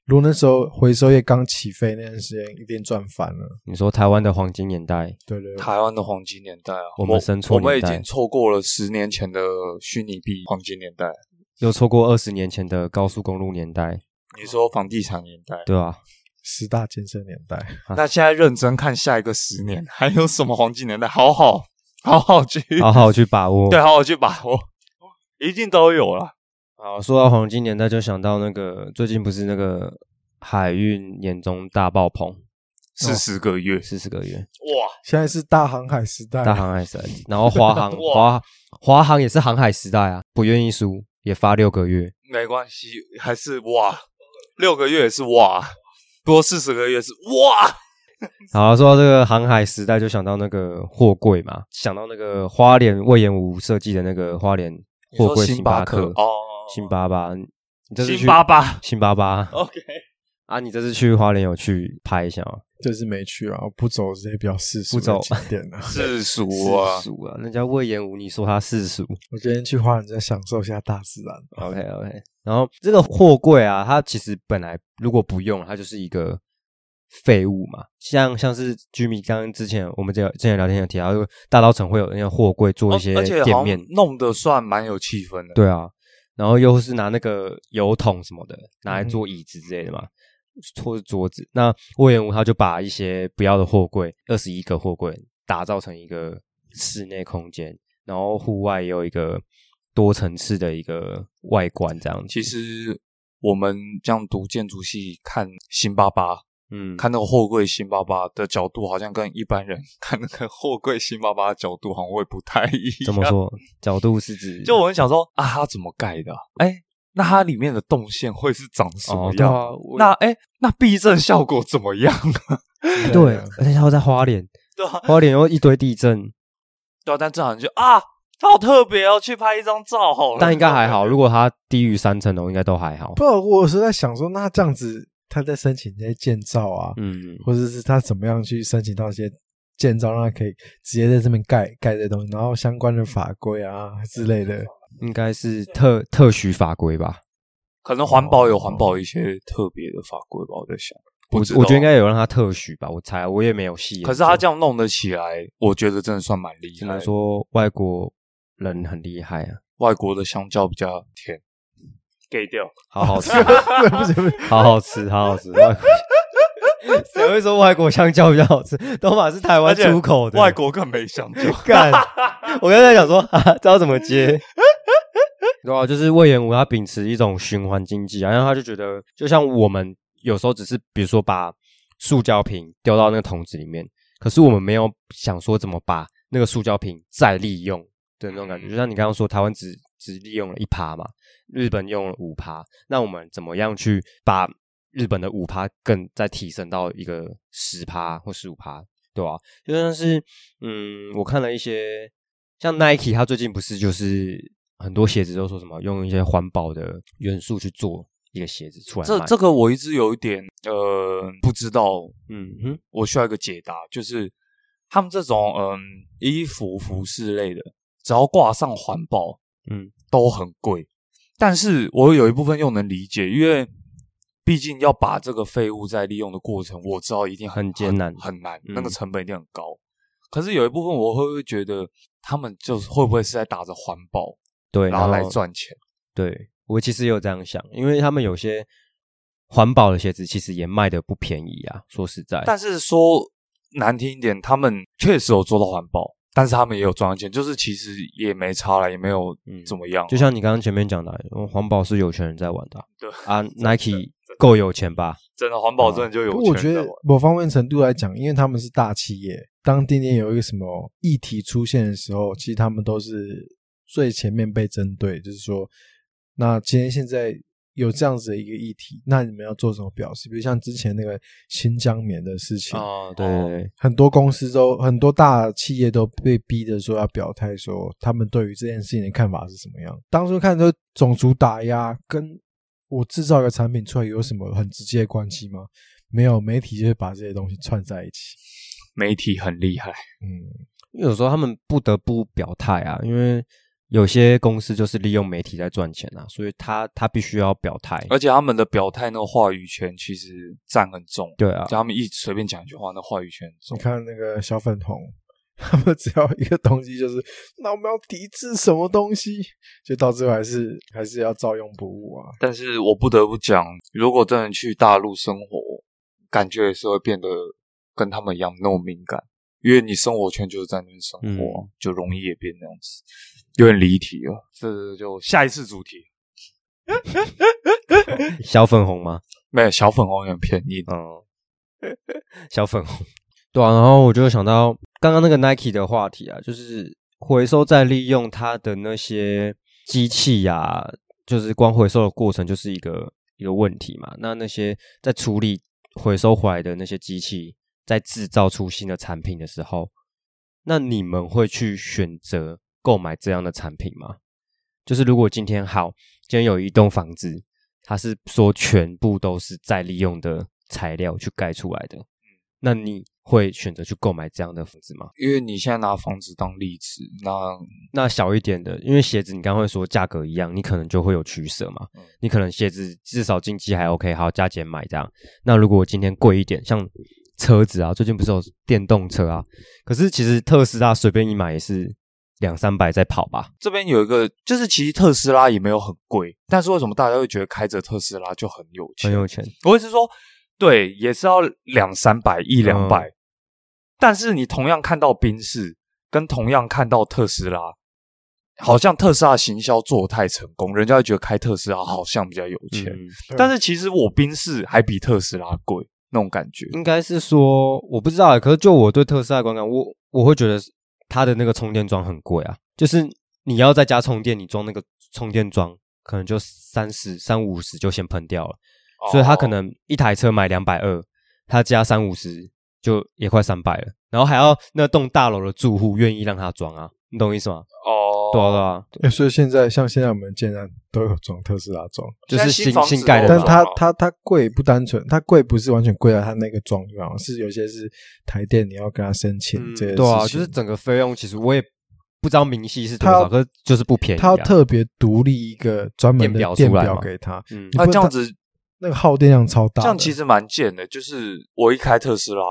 Speaker 3: 如果那时候回收业刚起飞那段时间，一定赚翻了。
Speaker 2: 你说台湾的黄金年代，
Speaker 3: 对对对
Speaker 1: 台湾的黄金年代啊，
Speaker 2: 我们生错
Speaker 1: 我们已
Speaker 2: 年代
Speaker 1: 经错过了十年前的虚拟币黄金年代。
Speaker 2: 又错过二十年前的高速公路年代，
Speaker 1: 你说房地产年代，
Speaker 2: 对吧、
Speaker 3: 十大建设年代，
Speaker 1: 那现在认真看下一个十年，还有什么黄金年代？好好 好好去，
Speaker 2: 好好去把握。
Speaker 1: 对，好啊好去把握，一定都有
Speaker 2: 哦
Speaker 1: 了。
Speaker 2: 好，说到黄金年代，就想到那个最近不是那个海运年终大爆棚，
Speaker 1: 四十个月，
Speaker 2: 四十个月
Speaker 1: 哇，
Speaker 3: 现在是大航海时代，
Speaker 2: 大航海时代，然后华航
Speaker 1: 哇
Speaker 2: 华华航也是航海时代啊，不愿意输，也发六个月，
Speaker 1: 没关系，还是哇，六个月也是哇，不过四十个月是哇，
Speaker 2: 好，说到这个航海时代，就想到那个货柜嘛，想到那个花莲魏延武设计的那个花莲
Speaker 1: 你
Speaker 2: 货
Speaker 1: 说
Speaker 2: 柜
Speaker 1: 星
Speaker 2: 巴
Speaker 1: 克
Speaker 2: 克，
Speaker 1: 哦，
Speaker 2: 辛巴巴，你这次去
Speaker 1: 辛巴巴
Speaker 2: 辛巴巴
Speaker 1: ，OK，
Speaker 2: 啊，你这次去花莲有去拍一下吗？
Speaker 3: 就是没去啊，不走这些比较世俗
Speaker 2: 不走
Speaker 3: 的景点了、
Speaker 1: 世俗啊
Speaker 2: 世，俗啊，那叫魏延武，你说他世俗
Speaker 3: 我今天去花莲再享受一下大自然。
Speaker 1: 哦
Speaker 2: ？OK OK，然后这个货柜啊，它其实本来如果不用，它就是一个废物嘛。像像是居民刚刚之前我们这之前聊天有提到，就大稻城会有那个货柜做一些
Speaker 1: 哦而且
Speaker 2: 店
Speaker 1: 好
Speaker 2: 面
Speaker 1: 像，弄得算蛮有气氛的。
Speaker 2: 对啊，然后又是拿那个油桶什么的拿来
Speaker 1: 嗯
Speaker 2: 做椅子之类的嘛，或是桌子。那魏延武他就把一些不要的货柜，二十一个货柜打造成一个室内空间，然后户外也有一个多层次的一个外观这样子。
Speaker 1: 其实我们这样读建筑系看辛巴巴，
Speaker 2: 嗯，
Speaker 1: 看那个货柜辛巴巴的角度，好像跟一般人 看那个货柜辛巴巴的角度好像会不太一样。
Speaker 2: 怎么？说？角度是指哦
Speaker 1: 就我很想说啊，它怎么盖的啊、哎、那它里面的动线会是长什
Speaker 2: 哦
Speaker 1: 么，
Speaker 2: 对
Speaker 1: 样？
Speaker 2: 啊，我
Speaker 1: 那哎、那避震效果怎么 样？ 啊
Speaker 2: 对，啊
Speaker 3: 啊
Speaker 2: 而且他在花莲，
Speaker 1: 对啊，
Speaker 2: 花莲又一堆地震，
Speaker 1: 对啊，但正常就啊，它好特别哦，去拍一张照好了。
Speaker 2: 但应该还
Speaker 1: 啊
Speaker 2: 好。如果它低于三层楼，应该都还好。
Speaker 3: 不，我是在想说，那这样子他在申请这些建造啊，
Speaker 2: 嗯，
Speaker 3: 或者是他怎么样去申请到一些建造，让他可以直接在这边盖盖这东西，然后相关的法规啊之类的。
Speaker 2: 应该是特特许法规吧。
Speaker 1: 可能环保有环保一些特别的法规吧，我在想。不
Speaker 2: 我哦我
Speaker 1: 知道
Speaker 2: 觉得应该有让他特许吧，我猜我也没有细研究。
Speaker 1: 可是他这样弄得起来，我觉得真的算蛮厉害。
Speaker 2: 只能说外国人很厉害啊，
Speaker 1: 外国的香蕉比较甜，给掉。
Speaker 2: 好 好吃，
Speaker 3: 对不起，对不起，
Speaker 2: 好好吃，好好吃。外国 谁会说外国香蕉比较好吃？都嘛是台湾
Speaker 1: 而且
Speaker 2: 出口的，
Speaker 1: 外国更没香蕉。
Speaker 2: 干！我刚才想说，啊，知道怎么接。 对啊，就是魏延武他秉持一种循环经济啊，然后他就觉得，就像我们有时候只是比如说把塑胶瓶丢到那个桶子里面，可是我们没有想说怎么把那个塑胶瓶再利用的那种感觉。就像你刚刚说，台湾只只利用了一趴嘛，日本用了五趴，那我们怎么样去把日本的五趴更再提升到一个十趴或十五趴，对吧、就像是嗯，我看了一些像 Nike，它最近不是就是很多鞋子都说什么用一些环保的元素去做一个鞋子出 来
Speaker 1: 这
Speaker 2: 卖
Speaker 1: 这个我一直有一点呃不知道，
Speaker 2: 嗯哼，
Speaker 1: 我需要一个解答，就是他们这种嗯衣服服饰类的，只要挂上环保，
Speaker 2: 嗯，
Speaker 1: 都很贵。但是我有一部分又能理解，因为毕竟要把这个废物再利用的过程，我知道一定
Speaker 2: 很艰难
Speaker 1: 很难，
Speaker 2: 嗯
Speaker 1: 那个成本一定很高。可是有一部分我会不会觉得他们就是会不会是在打着环保，
Speaker 2: 对，
Speaker 1: 然后来赚钱？
Speaker 2: 对我其实也有这样想，因为他们有些环保的鞋子其实也卖的不便宜啊，说实在，
Speaker 1: 但是说难听一点，他们确实有做到环保，但是他们也有赚到钱，就是其实也没差了，也没有
Speaker 2: 嗯
Speaker 1: 怎么样啊、
Speaker 2: 就像你刚刚前面讲的，嗯环保是有钱人在玩的啊
Speaker 1: 对
Speaker 2: 啊，Nike 够有钱吧？
Speaker 1: 真的环保
Speaker 2: 嗯
Speaker 1: 真的就有
Speaker 3: 不
Speaker 1: 钱
Speaker 3: 过我觉
Speaker 1: 人
Speaker 3: 得
Speaker 1: 在玩
Speaker 3: 某方面程度来讲，因为他们是大企业，当今天有一个什么议题出现的时候，其实他们都是最前面被针对，就是说，那今天现在有这样子的一个议题，那你们要做什么表示？比如像之前那个新疆棉的事情，
Speaker 2: 啊，对
Speaker 1: 哦
Speaker 2: 对对
Speaker 3: 很多公司都很多大企业都被逼着说要表态，说他们对于这件事情的看法是什么样。当初看说种族打压跟我制造一个产品出来有什么很直接的关系吗？没有，媒体就会把这些东西串在一起。
Speaker 1: 媒体很厉害，
Speaker 3: 嗯，
Speaker 2: 因为有时候他们不得不表态啊，因为有些公司就是利用媒体在赚钱啊，所以他他必须要表态。
Speaker 1: 而且他们的表态那个话语权其实占很重，
Speaker 2: 对啊，
Speaker 1: 就他们一随便讲一句话，那话语权很
Speaker 3: 你
Speaker 1: 重。
Speaker 3: 看那个小粉红，他们只要一个东西就是，那我们要抵制什么东西，就到最后还是还是要照用不误啊。
Speaker 1: 但是我不得不讲，如果真的去大陆生活，感觉也是会变得跟他们一样那么敏感，因为你生活圈就是在那边生活啊、
Speaker 2: 嗯
Speaker 1: 就容易也变那样子，有点离题了。这就下一次主题。
Speaker 2: 小粉红吗？
Speaker 1: 没有小粉红有点偏硬，
Speaker 2: 嗯， 小粉红。对啊，然后我就想到刚刚那个 Nike 的话题啊，就是回收再利用它的那些机器呀、就是光回收的过程就是一个一个问题嘛。那那些在处理回收回来的那些机器，在制造出新的产品的时候，那你们会去选择购买这样的产品吗？就是如果今天好，今天有一栋房子，它
Speaker 1: 嗯
Speaker 2: 是说全部都是再利用的材料去盖出来的，那你会选择去购买这样的房子吗？
Speaker 1: 因为你现在拿房子当例子，那
Speaker 2: 那小一点的，因为鞋子你刚刚会说价格一样，你可能就会有取舍嘛。
Speaker 1: 嗯
Speaker 2: 你可能鞋子至少近期还 OK，好加减买这样。那如果我今天贵一点，像车子啊，最近不是有电动车啊，可是其实特斯拉随便一买也是两三百在跑吧。
Speaker 1: 这边有一个，就是其实特斯拉也没有很贵，但是为什么大家会觉得开着特斯拉就很有钱？
Speaker 2: 很有钱，
Speaker 1: 我是说，对，也是要两三百、一
Speaker 2: 嗯
Speaker 1: 两百，但是你同样看到宾士，跟同样看到特斯拉，好像特斯拉行销做得太成功，人家会觉得开特斯拉好像比较有钱，
Speaker 2: 嗯
Speaker 3: 啊
Speaker 1: 但是其实我宾士还比特斯拉贵那种感觉。
Speaker 2: 应该是说我不知道欸，可是就我对特斯拉的观感，我我会觉得它的那个充电桩很贵啊，就是你要在家充电，你装那个充电桩可能就三十三五十就先喷掉了，所以它可
Speaker 1: 哦
Speaker 2: 能一台车买两百二，他加三五十就也快三百了，然后还要那栋大楼的住户愿意让他装啊，你懂我意思吗？
Speaker 1: 哦，
Speaker 2: 对啊对啊，
Speaker 3: 欸所以现在像现在我们竟然都有装特斯拉装，
Speaker 2: 就
Speaker 1: 现在
Speaker 2: 是
Speaker 1: 新
Speaker 2: 新
Speaker 1: 房子
Speaker 2: 新盖
Speaker 1: 都
Speaker 2: 的
Speaker 1: 有
Speaker 3: 但
Speaker 2: 嘛，
Speaker 1: 装
Speaker 3: 它
Speaker 1: 哦
Speaker 3: 它它贵不单纯，它贵不是完全贵在它那个装就好，是有些是台电你要跟他申请
Speaker 1: 嗯
Speaker 3: 这些事情，
Speaker 2: 对啊，就是整个费用其实我也不知道明细是多
Speaker 3: 它
Speaker 2: 少，可是就是不便宜、啊，
Speaker 3: 它要特别独立一个专门
Speaker 2: 电
Speaker 3: 的
Speaker 2: 表
Speaker 3: 电
Speaker 2: 出来
Speaker 3: 表
Speaker 2: 嘛
Speaker 3: 给他，
Speaker 2: 嗯
Speaker 3: 你
Speaker 1: 那
Speaker 3: 不
Speaker 1: 这样
Speaker 3: 它
Speaker 1: 子
Speaker 3: 那个耗电量超大
Speaker 1: 这
Speaker 3: 的，
Speaker 1: 样其实蛮贱的，就是我一开特斯拉，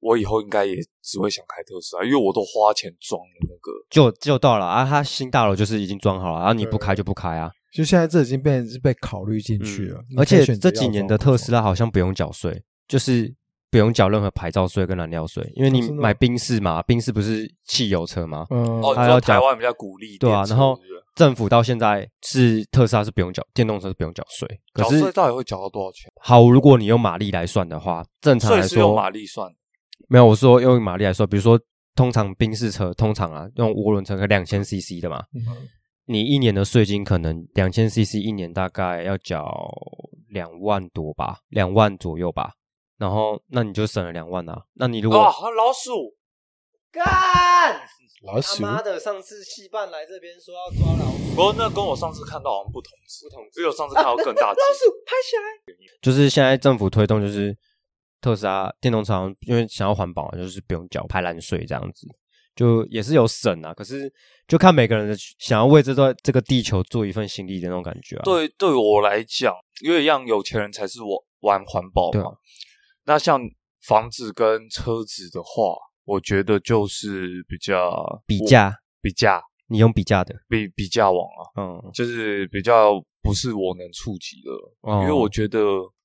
Speaker 1: 我以后应该也只会想开特斯拉，因为我都花钱装了那个。
Speaker 2: 就就到了啊，它新大楼就是已经装好了，然后你不开就不开啊。
Speaker 3: 就现在这已经变成是被考虑
Speaker 1: 嗯
Speaker 3: 进去了，你
Speaker 2: 嗯
Speaker 3: 可以
Speaker 2: 而且
Speaker 3: 选择
Speaker 2: 这
Speaker 3: 要
Speaker 2: 几年
Speaker 3: 装
Speaker 2: 的
Speaker 3: 不
Speaker 2: 特
Speaker 3: 装
Speaker 2: 斯拉好像不用缴税，就是不用缴任何牌照税跟燃料税，因为
Speaker 3: 哦
Speaker 2: 你
Speaker 3: 真的
Speaker 2: 买
Speaker 3: 吗
Speaker 2: 宾士嘛，宾士不是汽油车嘛，
Speaker 3: 嗯，
Speaker 1: 哦，
Speaker 2: 它
Speaker 1: 你
Speaker 2: 要
Speaker 1: 说
Speaker 2: 讲
Speaker 1: 台湾比较鼓励
Speaker 2: 对啊
Speaker 1: 电，车
Speaker 2: 然后
Speaker 1: 是不是
Speaker 2: 政府到现在是特斯拉是不用缴，电动车是不用缴税。可
Speaker 1: 缴税
Speaker 2: 是
Speaker 1: 到底会缴到多少钱？
Speaker 2: 好，如果你用马力来算的话，正常
Speaker 1: 税
Speaker 2: 来
Speaker 1: 是用
Speaker 2: 说
Speaker 1: 马力算的，
Speaker 2: 没有，我说用马力来说，比如说通常宾士车通常啊用涡轮车可两千 CC 的嘛，
Speaker 3: 嗯
Speaker 2: 你一年的税金可能两千 CC 一年大概要缴两万多吧，两万左右吧。然后那你就省了两万啊。那你如果、
Speaker 1: 哇，还有哦老鼠，
Speaker 2: 干
Speaker 3: 老鼠
Speaker 2: 的，上次戏办来这边说要抓老鼠，
Speaker 1: 不过那跟我上次看到好像不同只，不同只，因为我上次看到更 大只。
Speaker 2: 拍起来。就是现在政府推动就是特斯拉电动车好像，因为想要环保嘛，就是不用缴排蓝税这样子，就也是有省啊。可是就看每个人的想要为这段这个地球做一份心力的那种感觉啊。
Speaker 1: 对，对我来讲，因为让有钱人才是我玩环保
Speaker 2: 对
Speaker 1: 嘛
Speaker 2: 啊。
Speaker 1: 那像房子跟车子的话，我觉得就是比较
Speaker 2: 比价，
Speaker 1: 比价
Speaker 2: 你用比价的，
Speaker 1: 比比价网啊，
Speaker 2: 嗯，
Speaker 1: 就是比较不是我能触及的，
Speaker 2: 哦
Speaker 1: 因为我觉得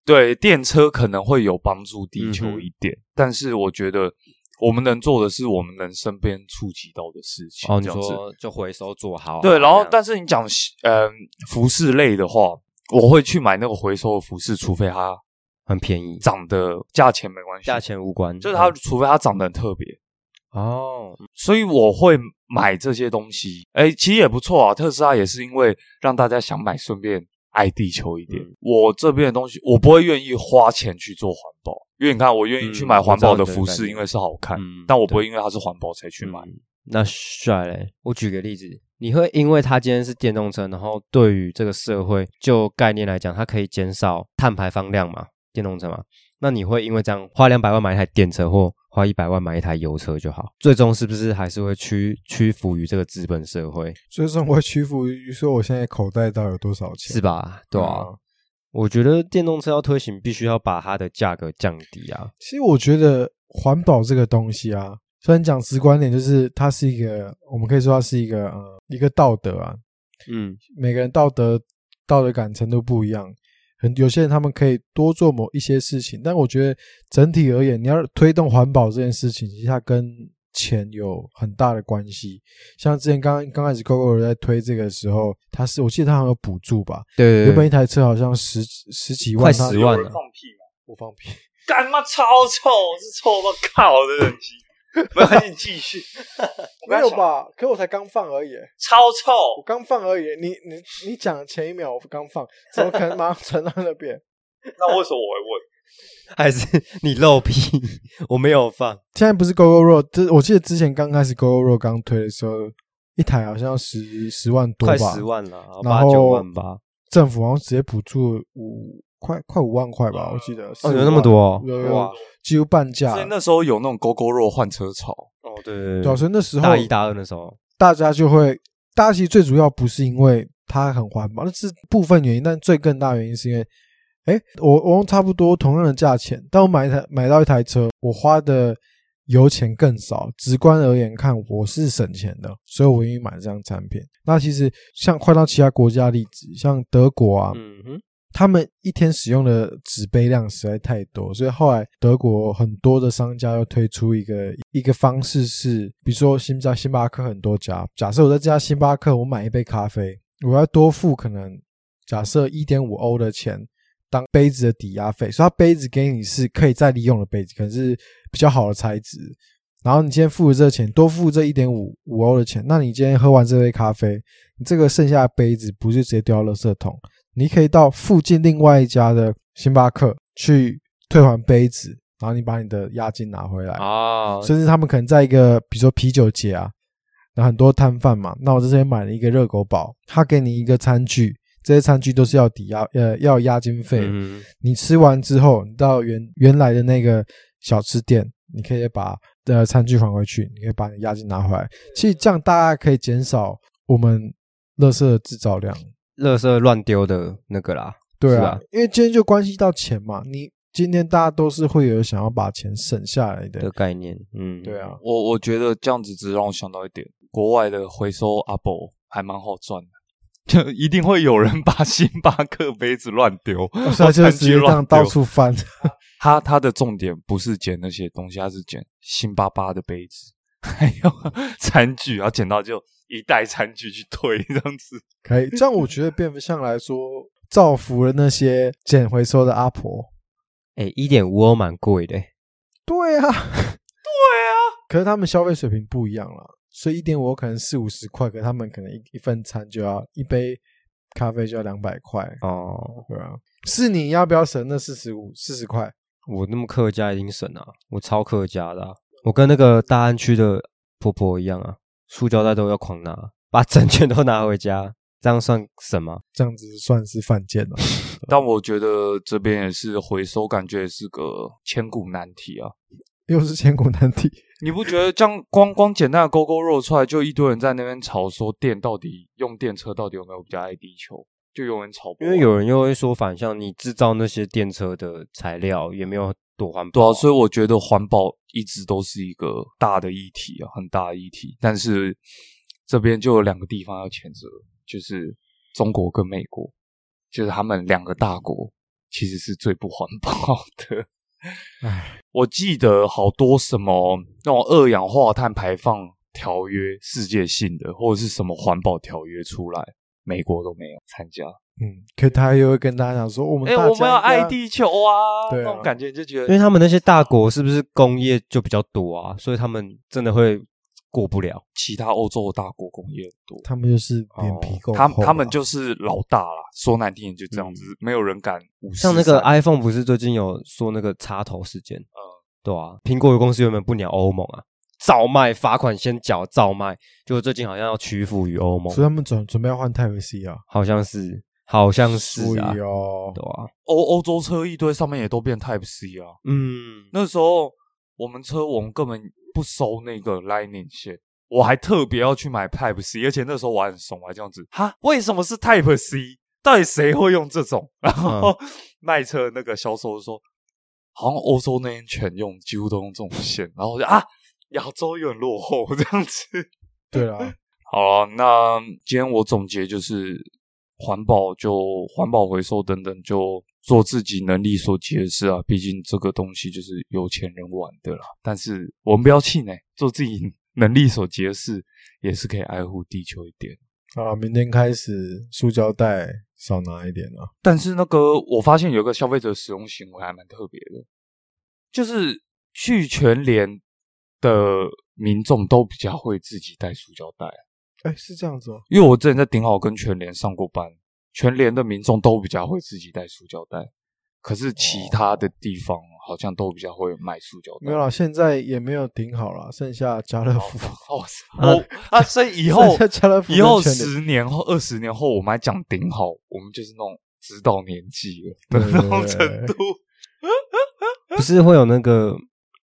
Speaker 1: 对电车可能会有帮助地
Speaker 2: 嗯
Speaker 1: 球
Speaker 2: 哼
Speaker 1: 一点，但是我觉得我们能做的是我们能身边触及到的事情，
Speaker 2: 哦，你
Speaker 1: 这样子。
Speaker 2: 说就回收做好啊，
Speaker 1: 对，然后
Speaker 2: 这样
Speaker 1: 但是你讲嗯、服饰类的话，我会去买那个回收的服饰，除非它
Speaker 2: 很便宜，
Speaker 1: 涨的价钱没关系，
Speaker 2: 价钱无关，
Speaker 1: 就是它，
Speaker 2: 嗯
Speaker 1: 除非它涨得很特别，
Speaker 2: 哦，
Speaker 1: 所以我会买这些东西。哎，其实也不错啊，特斯拉也是因为让大家想买，顺便爱地球一点。
Speaker 2: 嗯
Speaker 1: 我这边的东西，我不会愿意花钱去做环保，因为你看，我愿意去买
Speaker 2: 嗯
Speaker 1: 环保的
Speaker 2: 我知道
Speaker 1: 服
Speaker 2: 你的概
Speaker 1: 饰，
Speaker 2: 念
Speaker 1: 因为是好看，
Speaker 2: 嗯
Speaker 1: 但我不会因为它是环保才去买。
Speaker 2: 嗯那帅嘞，我举个例子，你会因为它今天是电动车，然后对于这个社会就概念来讲，它可以减少碳排放量嘛，电动车嘛，那你会因为这样花两百万买一台电车或花一百万买一台油车就好，最终是不是还是会屈屈服于这个资本社会，
Speaker 3: 所以说我会屈服于说我现在口袋到底有多少钱，
Speaker 2: 是吧？对啊。我觉得电动车要推行，必须要把它的价格降低啊。
Speaker 3: 其实我觉得环保这个东西啊，虽然讲直观点，就是它是一个，我们可以说它是一个呃一个道德啊，
Speaker 2: 嗯，
Speaker 3: 每个人道德道德感程度不一样。很有些人他们可以多做某一些事情，但我觉得整体而言，你要推动环保这件事情，其实它跟钱有很大的关系。像之前刚刚开始 GoGo 在推这个时候，它是我记得它好像有补助吧，
Speaker 2: 对
Speaker 3: 原本一台车好像十十几万，
Speaker 2: 快
Speaker 3: 它
Speaker 2: 十万了
Speaker 1: 放屁嘛！
Speaker 3: 我放屁，
Speaker 1: 干妈超臭，是臭到靠的等级。没关系，你继 续。我
Speaker 3: 没
Speaker 1: 刚才
Speaker 3: 有
Speaker 1: 想？
Speaker 3: 吧？可我才刚放而已，
Speaker 1: 超臭
Speaker 3: 我。刚放而已。你你你讲前一秒我刚放，怎么可能马上传到那边？
Speaker 1: 那为什么我会问？
Speaker 2: 还是你漏屁？我没有放。
Speaker 3: 现在不是 GoGo Road，这我记得之前刚开始 GoGo Road 刚推的时候，一台好像要十十万多吧，
Speaker 2: 快十万了，
Speaker 3: 然
Speaker 2: 八
Speaker 3: 后
Speaker 2: 九万吧。
Speaker 3: 政府好像直接补助五快快五万块吧，我记得
Speaker 2: 哦，
Speaker 3: 4-5
Speaker 2: 有那么多哦
Speaker 3: 万有有
Speaker 2: 哇
Speaker 3: 有几乎半价
Speaker 1: 所以。那时候有那种勾勾肉换车潮，
Speaker 2: 哦，对对
Speaker 3: 对啊，所以那时候
Speaker 2: 大一大二的时候，
Speaker 3: 大家就会，大家其实最主要不是因为它很环保，那是部分原因，但最更大原因是因为，哎，我我用差不多同样的价钱，但我买一台买到一台车，我花的油钱更少，直观而言看我是省钱的，所以我愿意买这样产品。那其实像换到其他国家的例子，像德国啊，
Speaker 2: 嗯哼，
Speaker 3: 他们一天使用的纸杯量实在太多，所以后来德国很多的商家又推出一个一个方式是，比如说星巴星巴克很多家，假设我在这家星巴克我买一杯咖啡，我要多付可能假设一点五欧的钱当杯子的抵押费，所以它杯子给你是可以再利用的杯子，可能是比较好的材质。然后你今天付了这个钱，多付这一点五五欧的钱，那你今天喝完这杯咖啡，你这个剩下的杯子不是直接丢到垃圾桶，你可以到附近另外一家的星巴克去退还杯子，然后你把你的押金拿回来。
Speaker 2: 啊，
Speaker 3: 甚至他们可能在一个比如说啤酒节啊，那很多摊贩嘛，那我在这边买了一个热狗堡，他给你一个餐具，这些餐具都是要抵押呃要押金费的，
Speaker 2: 嗯哼
Speaker 3: 你吃完之后，你到原原来的那个小吃店，你可以把呃餐具还回去，你可以把你押金拿回来。其实这样大家可以减少我们垃圾的制造量。
Speaker 2: 垃圾乱丢的那个啦，
Speaker 3: 对
Speaker 2: 是
Speaker 3: 啊
Speaker 2: 吧，
Speaker 3: 因为今天就关系到钱嘛，你今天大家都是会有想要把钱省下来
Speaker 2: 的
Speaker 3: 的。
Speaker 2: 概念，嗯，
Speaker 3: 对啊，
Speaker 1: 我我觉得这样子只让我想到一点，国外的回收 Apple 还蛮好赚的。 就一定会有人把星巴克杯子乱丢，
Speaker 3: 所以就
Speaker 1: 餐
Speaker 3: 直
Speaker 1: 具
Speaker 3: 接这
Speaker 1: 乱
Speaker 3: 样到
Speaker 1: 丢
Speaker 3: 处翻，
Speaker 1: 他他的重点不是捡那些东西，他是捡星巴巴的杯子， 还有餐具，然后捡到就一袋餐具去退这样子。
Speaker 3: 可以这样，我觉得变相来说，造福了那些捡回收的阿婆。
Speaker 2: 哎，一点五欧蛮贵的，
Speaker 3: 对啊，对啊，可是他们消费水平不一样了，所以一点五可能四五十块，可是他们可能一一份餐就要一杯咖啡就要两百块，
Speaker 2: 哦，
Speaker 3: 对啊，是你要不要省那四十五四十块？
Speaker 2: 我那么客家一定省啊，我超客家的啊、我跟那个大安区的婆婆一样啊，塑胶袋都要狂拿，把整卷都拿回家，这样算省吗？
Speaker 3: 这样子算是犯贱了。
Speaker 1: 但我觉得这边也是回收，感觉也是个千古难题啊！
Speaker 3: 又是千古难 题，
Speaker 1: 你不觉得这样光光简单的勾勾肉出来，就一堆人在那边吵说电到底用电车到底有没有比较爱地球？就有人吵不
Speaker 2: 因
Speaker 1: 完，
Speaker 2: 为有人又会说反向，你制造那些电车的材料也没有多环
Speaker 1: 对
Speaker 2: 保，
Speaker 1: 啊，所以我觉得环保一直都是一个大的议题啊，很大的议题。但是这边就有两个地方要谴责，就是中国跟美国，就是他们两个大国其实是最不环保的。
Speaker 3: 唉，
Speaker 1: 我记得好多什么那种二氧化碳排放条约，世界性的或者是什么环保条约出来，美国都没有参加。
Speaker 3: 嗯，可他又会跟大家讲说，我们
Speaker 1: 哎、
Speaker 3: 大
Speaker 1: 我们要
Speaker 3: 家应该
Speaker 1: 爱地球啊，
Speaker 3: 对啊
Speaker 1: 那种感觉就觉得
Speaker 2: 因为他们那些大国是不是工业就比较多啊，所以他们真的会过不了。
Speaker 1: 其他欧洲的大国工业很多。
Speaker 3: 他们就是脸皮够厚
Speaker 1: 哦
Speaker 3: 嗯
Speaker 1: 他
Speaker 3: 啊、
Speaker 1: 他们就是老大啦，说难听点就这样子，没有人敢无视
Speaker 2: 像那个
Speaker 1: 三
Speaker 2: 啊 iPhone 不是最近有说那个插头事件？对啊，苹果有公司原本不鸟欧盟啊，照卖罚款先缴照卖，结果最近好像要屈服于欧盟
Speaker 3: 所以，他们准准备要换泰维 C 啊，
Speaker 2: 好像是，好像是啊
Speaker 3: 所以，哦，
Speaker 2: 对啊，
Speaker 1: 欧欧洲车一堆，上面也都变 Type C 啊。
Speaker 2: 嗯，
Speaker 1: 那时候我们车我们根本不收那个 Lightning 线，我还特别要去买 Type C，而且那时候我还很怂，我还这样子，哈，为什么是 Type C？到底谁会用这种？ 然后
Speaker 3: 嗯
Speaker 1: 卖车那个销售就说，好像欧洲那边全用，几乎都用这种线。然后我就啊，亚洲有点落后这样子。
Speaker 3: 对啦，
Speaker 1: 好了，那今天我总结就是环保就环保回收等等，就做自己能力所及的事啊。毕竟这个东西就是有钱人玩的啦。但是我们不要气馁，做自己能力所及的事，也是可以爱护地球一点。
Speaker 3: 啊，明天开始塑胶袋少拿一点啊。
Speaker 1: 但是那个我发现有一个消费者使用行为还蛮特别的，就是去全联的民众都比较会自己带塑胶袋。
Speaker 3: 哎，是这样子哦。
Speaker 1: 因为我之前在顶好跟全联上过班，全联的民众都比较会自己带塑胶袋，可是
Speaker 2: 哦
Speaker 1: 其他的地方好像都比较会卖塑胶袋。
Speaker 3: 没有啦，现在也没有顶好了，剩下家乐福，
Speaker 1: 哦，
Speaker 2: 呃
Speaker 1: 我啊，所以以后
Speaker 3: 剩下家乐福
Speaker 1: 以后
Speaker 3: 跟全联
Speaker 1: 十年后、二十年后，我们还讲顶好，我们就是那种指导年纪了
Speaker 3: 对
Speaker 1: 的那种
Speaker 3: 对对
Speaker 1: 程度。
Speaker 2: 不是会有那个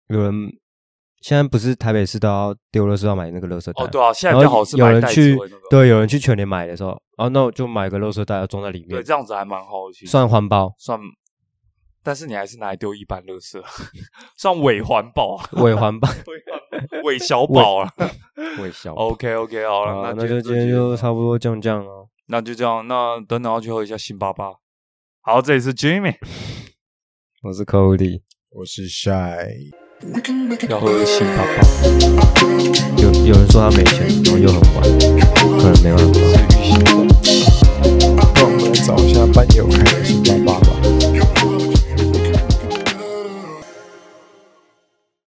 Speaker 2: 有人现在不是台北市都要丢垃圾要买那个垃圾袋
Speaker 1: 哦，对啊，现在
Speaker 2: 然
Speaker 1: 比
Speaker 2: 后
Speaker 1: 较好是
Speaker 2: 有
Speaker 1: 买
Speaker 2: 人
Speaker 1: 袋子
Speaker 2: 去
Speaker 1: 为那个，
Speaker 2: 对，有人去全年买的时候，哦，那我就买个垃圾袋装在里
Speaker 1: 对，
Speaker 2: 面，
Speaker 1: 这样子还蛮好的，其实，
Speaker 2: 算环保
Speaker 1: 算，但是你还是拿来丢一般垃圾， 算伪环保啊，
Speaker 2: 伪环 保，
Speaker 1: 伪小宝啊。
Speaker 2: 伪 小。
Speaker 1: OK OK，好
Speaker 2: 好
Speaker 1: 了，
Speaker 2: 啊，
Speaker 1: 那
Speaker 2: 那就今天就差不多这样这样哦。
Speaker 1: 那就这样，那等等要去喝一下星巴巴。好，这里是 Jimmy，
Speaker 2: 我是 Cody，
Speaker 3: 我是 shy。
Speaker 1: 要喝星巴巴。
Speaker 2: 有有人说他没钱，然后又很晚。